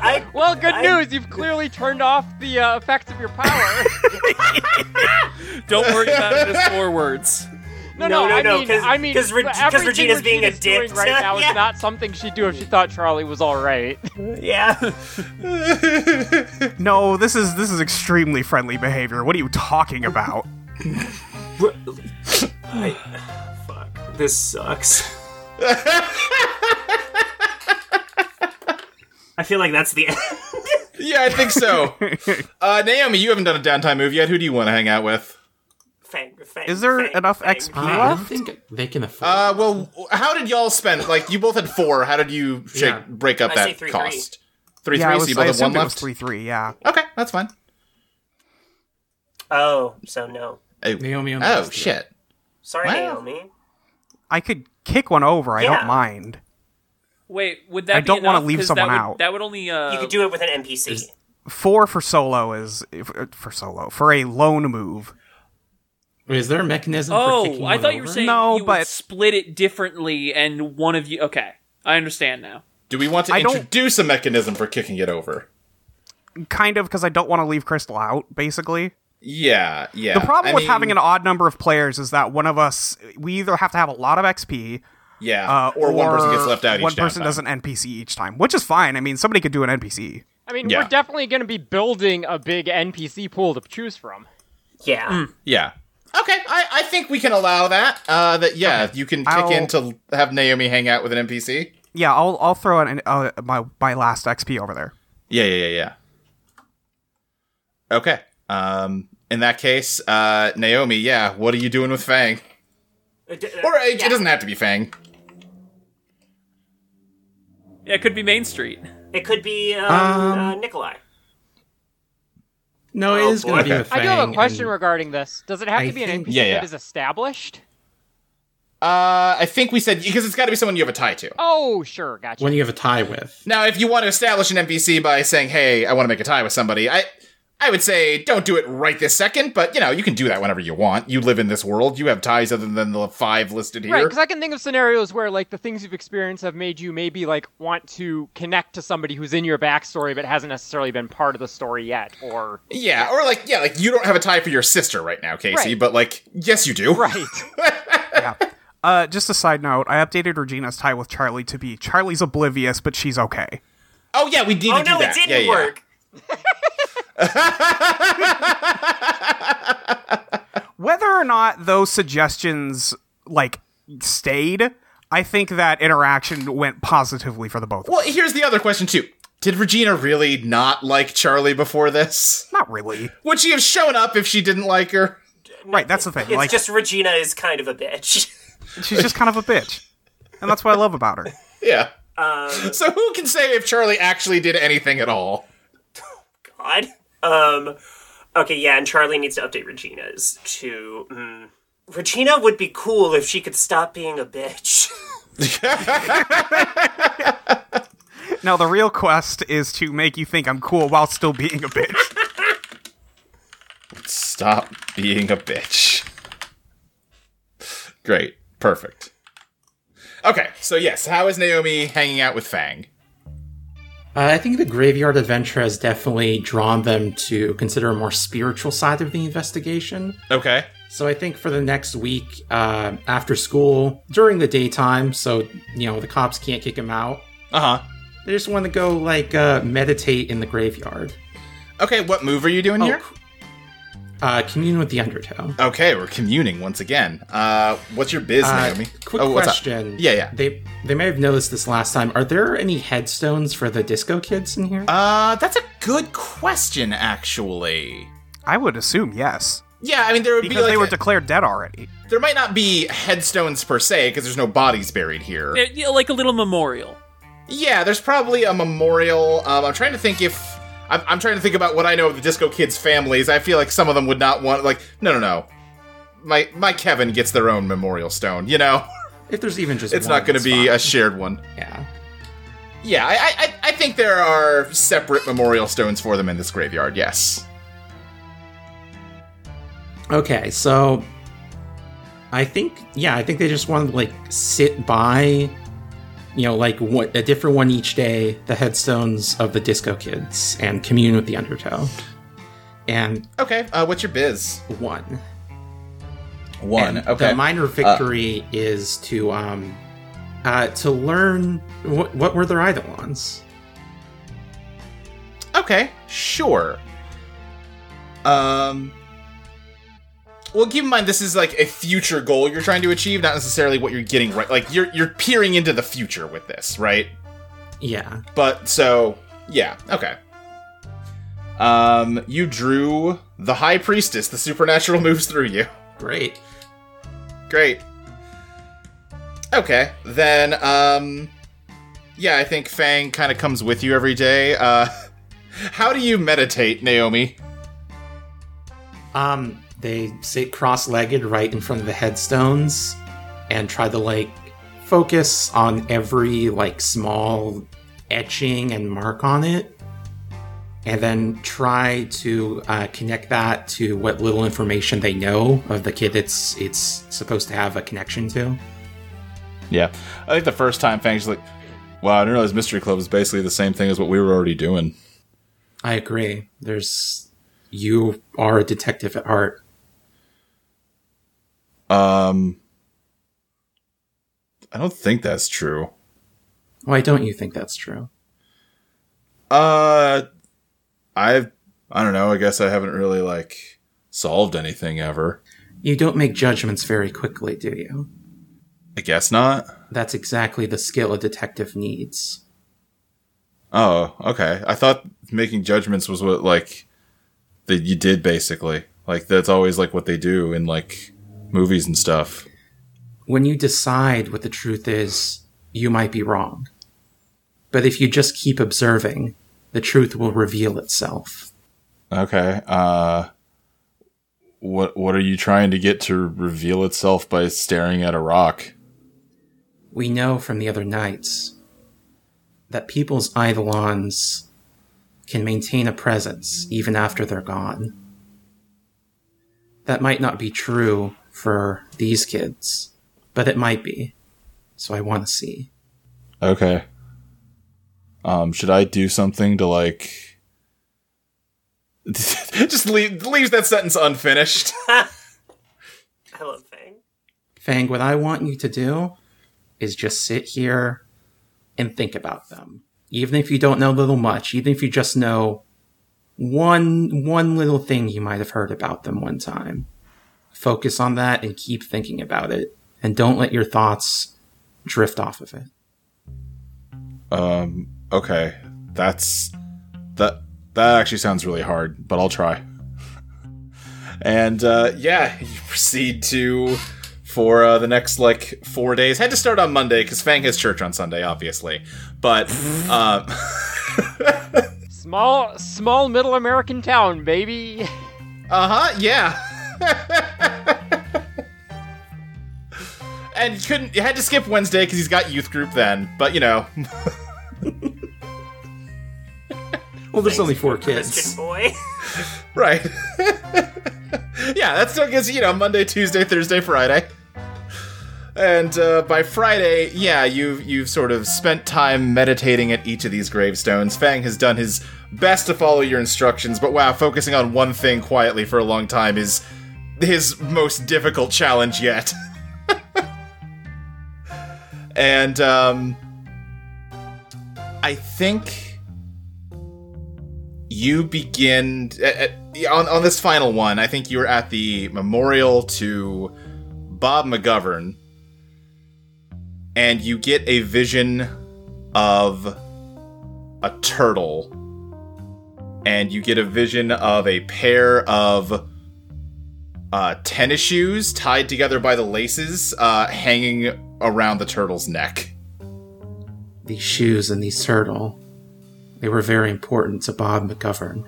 [SPEAKER 4] I
[SPEAKER 6] Well, good
[SPEAKER 4] I-
[SPEAKER 6] news. You've clearly turned off the uh, effects of your power.
[SPEAKER 5] Don't worry about it. It's four words.
[SPEAKER 6] No,
[SPEAKER 4] No,
[SPEAKER 6] no,
[SPEAKER 4] no,
[SPEAKER 6] I
[SPEAKER 4] no,
[SPEAKER 6] mean,
[SPEAKER 4] 'cause-
[SPEAKER 6] I mean,
[SPEAKER 4] 'cause Reg- 'cause
[SPEAKER 6] everything
[SPEAKER 4] Regina's being a
[SPEAKER 6] doing
[SPEAKER 4] dick,
[SPEAKER 6] right
[SPEAKER 4] so-
[SPEAKER 6] now
[SPEAKER 4] yeah.
[SPEAKER 6] is not something she'd do if she thought Charlie was all right.
[SPEAKER 4] yeah.
[SPEAKER 1] No, this is this is extremely friendly behavior. What are you talking about?
[SPEAKER 4] Fuck. This sucks. I feel like that's the end.
[SPEAKER 3] yeah, I think so. uh, Naomi, you haven't done a downtime move yet. Who do you want to hang out with?
[SPEAKER 4] Fang, fang,
[SPEAKER 1] Is there
[SPEAKER 4] fang,
[SPEAKER 1] enough
[SPEAKER 4] fang.
[SPEAKER 1] XP?
[SPEAKER 7] I don't think they can afford.
[SPEAKER 3] Uh, well, how did y'all spend? Like, you both had four. How did you shake,
[SPEAKER 7] Yeah.
[SPEAKER 3] break up
[SPEAKER 4] I say
[SPEAKER 3] that
[SPEAKER 4] three,
[SPEAKER 3] cost? Three,
[SPEAKER 1] yeah,
[SPEAKER 3] three.
[SPEAKER 1] I
[SPEAKER 3] so
[SPEAKER 1] was,
[SPEAKER 3] you
[SPEAKER 1] I
[SPEAKER 3] both have one
[SPEAKER 1] assumed it was
[SPEAKER 3] left.
[SPEAKER 1] three three. Yeah.
[SPEAKER 3] Okay, that's fine.
[SPEAKER 4] Oh, so no.
[SPEAKER 3] Oh,
[SPEAKER 7] Naomi on the
[SPEAKER 3] oh
[SPEAKER 7] list, yeah.
[SPEAKER 3] shit.
[SPEAKER 4] Sorry,
[SPEAKER 3] Wow.
[SPEAKER 4] Naomi.
[SPEAKER 1] I could kick one over. I
[SPEAKER 4] Yeah.
[SPEAKER 1] don't mind.
[SPEAKER 5] Wait, would that?
[SPEAKER 1] I
[SPEAKER 5] be
[SPEAKER 1] don't wanna
[SPEAKER 5] enough?
[SPEAKER 1] leave
[SPEAKER 5] 'Cause
[SPEAKER 1] someone
[SPEAKER 5] that would,
[SPEAKER 1] out.
[SPEAKER 5] That would only. Uh,
[SPEAKER 4] You could do it with an NPC.
[SPEAKER 1] Four for solo is for solo for a lone move.
[SPEAKER 7] Wait, is there a mechanism? for
[SPEAKER 5] Oh,
[SPEAKER 7] kicking
[SPEAKER 5] I
[SPEAKER 7] one
[SPEAKER 5] thought you were
[SPEAKER 7] over?
[SPEAKER 5] saying
[SPEAKER 1] No,
[SPEAKER 5] you would
[SPEAKER 1] but-
[SPEAKER 5] split it differently, and one of you. Okay, I understand now.
[SPEAKER 3] Do we want to
[SPEAKER 1] I don't-
[SPEAKER 3] introduce a mechanism for kicking it over?
[SPEAKER 1] Kind of because I don't want to leave Crystal out. Basically,
[SPEAKER 3] Yeah, yeah.
[SPEAKER 1] the problem
[SPEAKER 3] I
[SPEAKER 1] with
[SPEAKER 3] mean,
[SPEAKER 1] having an odd number of players is that one of us we either have to have a lot of XP.
[SPEAKER 3] yeah,
[SPEAKER 1] Uh,
[SPEAKER 3] or, one person gets left out.
[SPEAKER 1] One
[SPEAKER 3] each
[SPEAKER 1] person
[SPEAKER 3] downtime.
[SPEAKER 1] does an NPC each time, which is fine. I mean, somebody could do an NPC.
[SPEAKER 6] I mean,
[SPEAKER 3] Yeah.
[SPEAKER 6] we're definitely going to be building a big NPC pool to choose from.
[SPEAKER 4] Yeah.
[SPEAKER 3] Yeah. Okay, I, I think we can allow that. Uh, that yeah, you can kick
[SPEAKER 1] I'll-
[SPEAKER 3] in to have Naomi hang out with an NPC.
[SPEAKER 1] Yeah, I'll I'll throw in uh, my my last XP over there.
[SPEAKER 3] Yeah, yeah, yeah, yeah. Okay. Um, in that case, uh, Naomi, yeah, what are you doing with Fang?
[SPEAKER 4] Uh, d- uh,
[SPEAKER 3] Or it,
[SPEAKER 4] yeah.
[SPEAKER 3] it doesn't have to be Fang.
[SPEAKER 5] Yeah, it could be Main Street.
[SPEAKER 4] It could be um, uh, Nikolai.
[SPEAKER 7] no, it
[SPEAKER 4] Oh,
[SPEAKER 7] is going to
[SPEAKER 4] boy.
[SPEAKER 7] be a
[SPEAKER 6] I do have a
[SPEAKER 7] Fang,
[SPEAKER 6] question
[SPEAKER 7] and-
[SPEAKER 6] regarding this. Does it have
[SPEAKER 7] I
[SPEAKER 6] to be an
[SPEAKER 7] think-
[SPEAKER 6] NPC
[SPEAKER 3] Yeah, yeah.
[SPEAKER 6] that is established?
[SPEAKER 3] Uh, I think we said because it's got to be someone you have a tie to.
[SPEAKER 6] Oh, sure, gotcha.
[SPEAKER 7] One you have a tie with.
[SPEAKER 3] Now, if you want to establish an NPC by saying, "Hey, I want to make a tie with somebody," I I would say don't do it right this second, but you know you can do that whenever you want. You live in this world. You have ties other than the five listed here.
[SPEAKER 6] Right, because I can think of scenarios where like the things you've experienced have made you maybe like want to connect to somebody who's in your backstory but hasn't necessarily been part of the story yet, or
[SPEAKER 3] Yeah, or like yeah, like you don't have a tie for your sister right now, Casey,
[SPEAKER 6] Right.
[SPEAKER 3] but like yes you do.
[SPEAKER 6] right.
[SPEAKER 1] Uh, just a side note, I updated Regina's tie with Charlie to be Charlie's oblivious, but she's okay.
[SPEAKER 3] Oh yeah, we need
[SPEAKER 4] Oh
[SPEAKER 3] to do
[SPEAKER 4] no, it
[SPEAKER 3] that.
[SPEAKER 4] didn't
[SPEAKER 3] Yeah, yeah.
[SPEAKER 4] work.
[SPEAKER 1] Whether or not those suggestions like stayed, I think that interaction went positively for the both. of us.
[SPEAKER 3] Well, here's the other question too. Did Regina really not like Charlie before this?
[SPEAKER 1] Not really.
[SPEAKER 3] Would she have shown up if she didn't like her?
[SPEAKER 1] Right, that's the thing.
[SPEAKER 4] It's
[SPEAKER 1] Like
[SPEAKER 4] just Regina is kind of a bitch.
[SPEAKER 1] she's just kind of a bitch. And that's what I love about her.
[SPEAKER 3] Yeah.
[SPEAKER 4] Um,
[SPEAKER 3] so who can say if Charlie actually did anything at all?
[SPEAKER 4] God. Um. Okay. Yeah, and Charlie needs to update Regina's to. Mm, Regina would be cool if she could stop being a bitch.
[SPEAKER 1] Now the real quest is to make you think I'm cool while still being a bitch.
[SPEAKER 3] Stop being a bitch. Great. Perfect. Okay, so yes, how is Naomi hanging out with Fang?
[SPEAKER 7] Uh, I think the graveyard adventure has definitely drawn them to consider a more spiritual side of the investigation.
[SPEAKER 3] Okay.
[SPEAKER 7] So I think for the next week, uh, after school, during the daytime, so you know the cops can't kick him out.
[SPEAKER 3] Uh-huh.
[SPEAKER 7] They just want to go like uh, meditate in the graveyard, Oh,
[SPEAKER 3] Okay, what move are you doing here? Oh,
[SPEAKER 7] uh, commune with the Undertow.
[SPEAKER 3] Okay, we're communing once again. Uh, what's your biz,
[SPEAKER 7] Uh,
[SPEAKER 3] Naomi?
[SPEAKER 7] quick
[SPEAKER 3] Oh, what's up?
[SPEAKER 7] question.
[SPEAKER 3] Yeah, yeah.
[SPEAKER 7] They they may have noticed this last time. Are there any headstones for the disco kids in here?
[SPEAKER 3] Uh, that's a good question, actually.
[SPEAKER 1] I would assume yes.
[SPEAKER 3] Yeah, I mean there would
[SPEAKER 1] Because
[SPEAKER 3] be like
[SPEAKER 1] they were declared dead already.
[SPEAKER 3] there might not be headstones per se because there's no bodies buried here.
[SPEAKER 5] Yeah, yeah, like a little memorial.
[SPEAKER 3] yeah, there's probably a memorial. Um, I'm trying to think if I'm, I'm trying to think about what I know of the Disco Kids families. I feel like some of them would not want like no no no. My my Kevin gets their own memorial stone. You know,
[SPEAKER 7] if there's even just
[SPEAKER 3] it's
[SPEAKER 7] one,
[SPEAKER 3] not going to be
[SPEAKER 7] fine.
[SPEAKER 3] a shared one.
[SPEAKER 7] yeah.
[SPEAKER 3] Yeah, I, I- I I think there are separate memorial stones for them in this graveyard. Yes.
[SPEAKER 7] Okay, so I think yeah, I think they just want to like sit by you know, like one, a different one each day, the headstones of the Disco Kids and Commune with the Undertow. And
[SPEAKER 3] Okay, uh, what's your biz? uh,
[SPEAKER 7] one.
[SPEAKER 8] One.
[SPEAKER 7] And
[SPEAKER 8] okay. Uh,
[SPEAKER 7] The minor victory is to um, uh, to learn what what were their eidolons.
[SPEAKER 3] Okay, sure. Um. Well, keep in mind this is like a future goal you're trying to achieve, not necessarily what you're getting right. Like you're you're peering into the future with this, right?
[SPEAKER 7] Yeah.
[SPEAKER 3] But so yeah, okay. Um, you drew the High Priestess. The supernatural moves through you.
[SPEAKER 7] Great.
[SPEAKER 3] Great. Okay, then um yeah, I think Fang kind of comes with you every day. Uh how do you meditate, Naomi?
[SPEAKER 7] Um, they sit cross-legged right in front of the headstones and try to like focus on every like small etching and mark on it, and then try to uh, connect that to what little information they know of the kid it's it's supposed to have a connection to.
[SPEAKER 8] Yeah. I think the first time Fang's like, wow, I didn't realize Mystery Club is basically the same thing as what we were already doing.
[SPEAKER 7] I agree. There's you are a detective at heart.
[SPEAKER 8] Um, I don't think that's true.
[SPEAKER 7] Why don't you think that's true?
[SPEAKER 8] Uh, I've, I don't know. I guess I haven't really like solved anything ever.
[SPEAKER 7] You don't make judgments very quickly, do you?
[SPEAKER 8] I guess not.
[SPEAKER 7] That's exactly the skill a detective needs.
[SPEAKER 8] Oh, okay. I thought making judgments was what like that you did basically. Like that's always like what they do in like movies and stuff.
[SPEAKER 7] When you decide what the truth is, you might be wrong. But if you just keep observing, the truth will reveal itself.
[SPEAKER 8] Okay. Uh what what are you trying to get to reveal itself by staring at a rock?
[SPEAKER 7] We know from the other nights that people's eidolons can maintain a presence even after they're gone. That might not be true for these kids, but it might be. So I want to see.
[SPEAKER 8] Okay. Um should I do something to like
[SPEAKER 3] Just leave, leaves that sentence unfinished.
[SPEAKER 4] I love Fang.
[SPEAKER 7] Fang, what I want you to do is just sit here and think about them. Even if you don't know little much, even if you just know one one little thing you might have heard about them one time. Focus on that and keep thinking about it. And don't let your thoughts drift off of it.
[SPEAKER 8] um okay. That's that that actually sounds really hard, but I'll try.
[SPEAKER 3] and uh, yeah, you proceed to for uh, the next like four days. Had to start on Monday because Fang has church on Sunday, obviously. But uh,
[SPEAKER 6] Small, small middle American town, baby.
[SPEAKER 3] Uh huh. Yeah. and couldn't had to skip Wednesday because he's got youth group then. But you know,
[SPEAKER 7] Well, there's only four
[SPEAKER 4] Christian
[SPEAKER 7] kids.
[SPEAKER 4] boy.
[SPEAKER 3] right? yeah, that still gives you know Monday, Tuesday, Thursday, Friday. And uh, by Friday, yeah, you've you've sort of spent time meditating at each of these gravestones. Fang has done his best to follow your instructions, but wow, focusing on one thing quietly for a long time is his most difficult challenge yet. and um, I think you begin at- at- on on this final one. I think you were at the memorial to Bob McGovern, and you get a vision of a turtle, and you get a vision of a pair of uh, tennis shoes tied together by the laces, uh, hanging around the turtle's neck.
[SPEAKER 7] These shoes and these turtle, they were very important to Bob McGovern.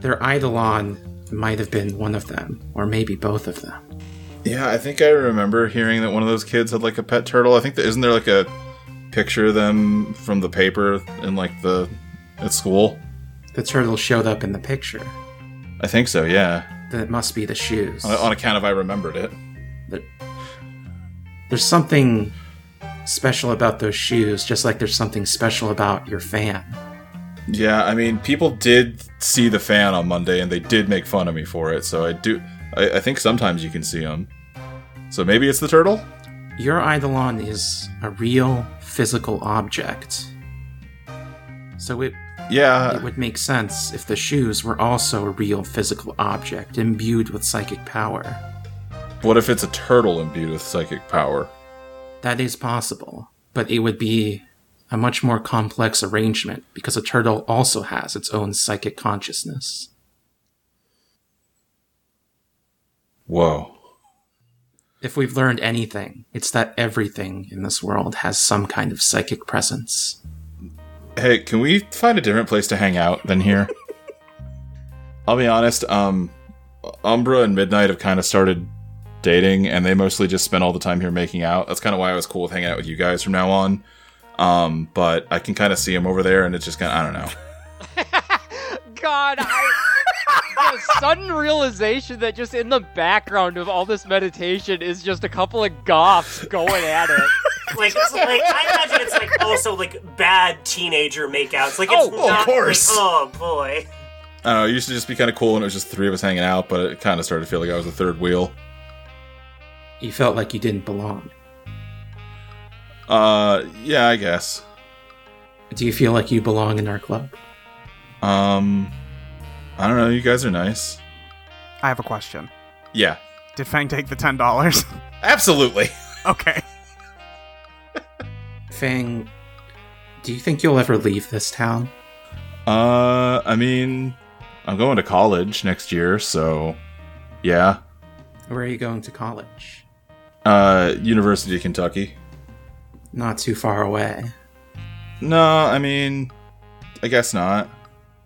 [SPEAKER 7] Their eidolon might have been one of them, or maybe both of them.
[SPEAKER 8] Yeah, I think I remember hearing that one of those kids had like a pet turtle. I think that isn't there like a picture of them from the paper in like the at school?
[SPEAKER 7] The turtle showed up in the picture.
[SPEAKER 8] I think so, yeah.
[SPEAKER 7] Then it must be the shoes.
[SPEAKER 8] On, on account of I remembered it.
[SPEAKER 7] There's something special about those shoes, just like there's something special about your fan.
[SPEAKER 3] Yeah, I mean, people did see the fan on Monday, and they did make fun of me for it. So I do. I, I think sometimes you can see them. So maybe it's the turtle.
[SPEAKER 7] Your Eidolon is a real physical object. So it,
[SPEAKER 3] Yeah,
[SPEAKER 7] it would make sense if the shoes were also a real physical object imbued with psychic power.
[SPEAKER 3] What if it's a turtle imbued with psychic power?
[SPEAKER 7] That is possible, but it would be a much more complex arrangement because a turtle also has its own psychic consciousness.
[SPEAKER 3] Whoa.
[SPEAKER 7] If we've learned anything, it's that everything in this world has some kind of psychic presence.
[SPEAKER 3] Hey, can we find a different place to hang out than here? I'll be honest, um Umbra and Midnight have kind of started dating and they mostly just spend all the time here making out. That's kind of why I was cool with hanging out with you guys from now on. Um, but I can kind of see him over there and it's just kind of I don't know.
[SPEAKER 6] God, I. the sudden realization that just in the background of all this meditation is just a couple of goths going at it.
[SPEAKER 4] Like, like I imagine it's like also like bad teenager makeouts. Like, it's
[SPEAKER 6] Oh,
[SPEAKER 4] not,
[SPEAKER 3] of course.
[SPEAKER 4] like, oh boy.
[SPEAKER 3] I don't know, it used to just be kind of cool and it was just three of us hanging out, but it kind of started to feel like I was the third wheel.
[SPEAKER 7] You felt like you didn't belong.
[SPEAKER 3] Uh, yeah, I guess.
[SPEAKER 7] Do you feel like you belong in our club?
[SPEAKER 3] Um I don't know, you guys are nice.
[SPEAKER 1] I have a question.
[SPEAKER 3] Yeah.
[SPEAKER 1] Did Fang take the ten dollars?
[SPEAKER 3] Absolutely.
[SPEAKER 1] okay.
[SPEAKER 7] Fang, do you think you'll ever leave this town?
[SPEAKER 3] Uh, I mean, I'm going to college next year, so yeah.
[SPEAKER 7] Where are you going to college?
[SPEAKER 3] Uh, University of Kentucky.
[SPEAKER 7] Not too far away.
[SPEAKER 3] No, I mean, I guess not.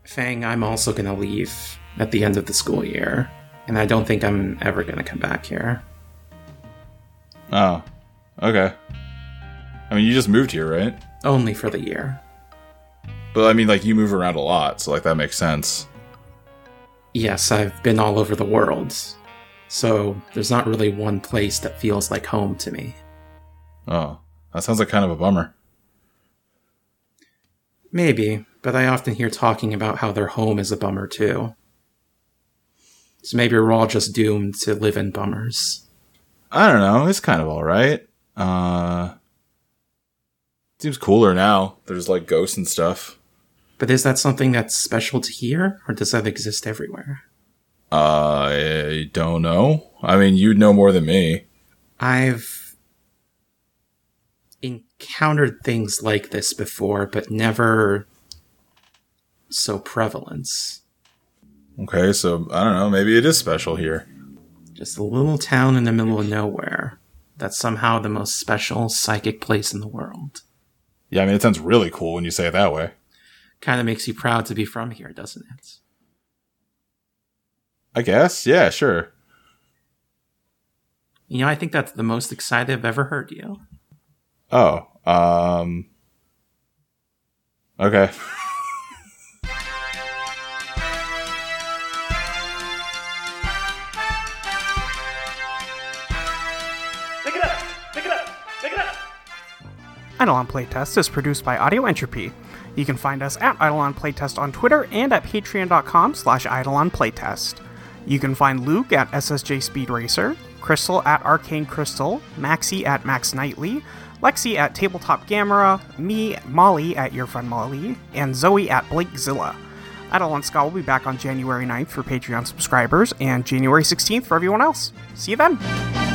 [SPEAKER 7] Fang, I'm also going to leave at the end of the school year, and I don't think I'm ever going to come back here.
[SPEAKER 3] Oh, okay. I mean, you just moved here, right?
[SPEAKER 7] Only for the year.
[SPEAKER 3] But I mean, like, you move around a lot, so like that makes sense.
[SPEAKER 7] Yes, I've been all over the world, so there's not really one place that feels like home to me.
[SPEAKER 3] Oh, that sounds like kind of a bummer.
[SPEAKER 7] Maybe, but I often hear talking about how their home is a bummer too. So maybe we're all just doomed to live in bummers.
[SPEAKER 3] I don't know. It's kind of all right. Uh, seems cooler now. There's like ghosts and stuff.
[SPEAKER 7] But is that something that's special to here, or does that exist everywhere?
[SPEAKER 3] I don't know. I mean, you'd know more than me.
[SPEAKER 7] I've encountered things like this before, but never so prevalent.
[SPEAKER 3] Okay, so I don't know. Maybe it is special here.
[SPEAKER 7] Just a little town in the middle of nowhere that's somehow the most special psychic place in the world.
[SPEAKER 3] Yeah, I mean, it sounds really cool when you say it that way.
[SPEAKER 7] Kind of makes you proud to be from here, doesn't it?
[SPEAKER 3] I guess. Yeah, sure.
[SPEAKER 7] You know, I think that's the most excited I've ever heard you.
[SPEAKER 3] Oh, um. Okay.
[SPEAKER 9] Pick it up. Pick it up. Pick it up.
[SPEAKER 1] Eidolon Playtest is produced by Audio Entropy. You can find us at Eidolon Playtest on Twitter and at patreon.com slash Eidolon Playtest. You can find Luke at SSJ Speed Racer, Crystal at Arcane Crystal, Maxi at Max Knightley, Lexi at Tabletop Gamera, me, Molly at Your Friend Molly, and Zoe at Blakezilla. Eidolon Ska will be back on January 9th for Patreon subscribers and January 16th for everyone else. See you then!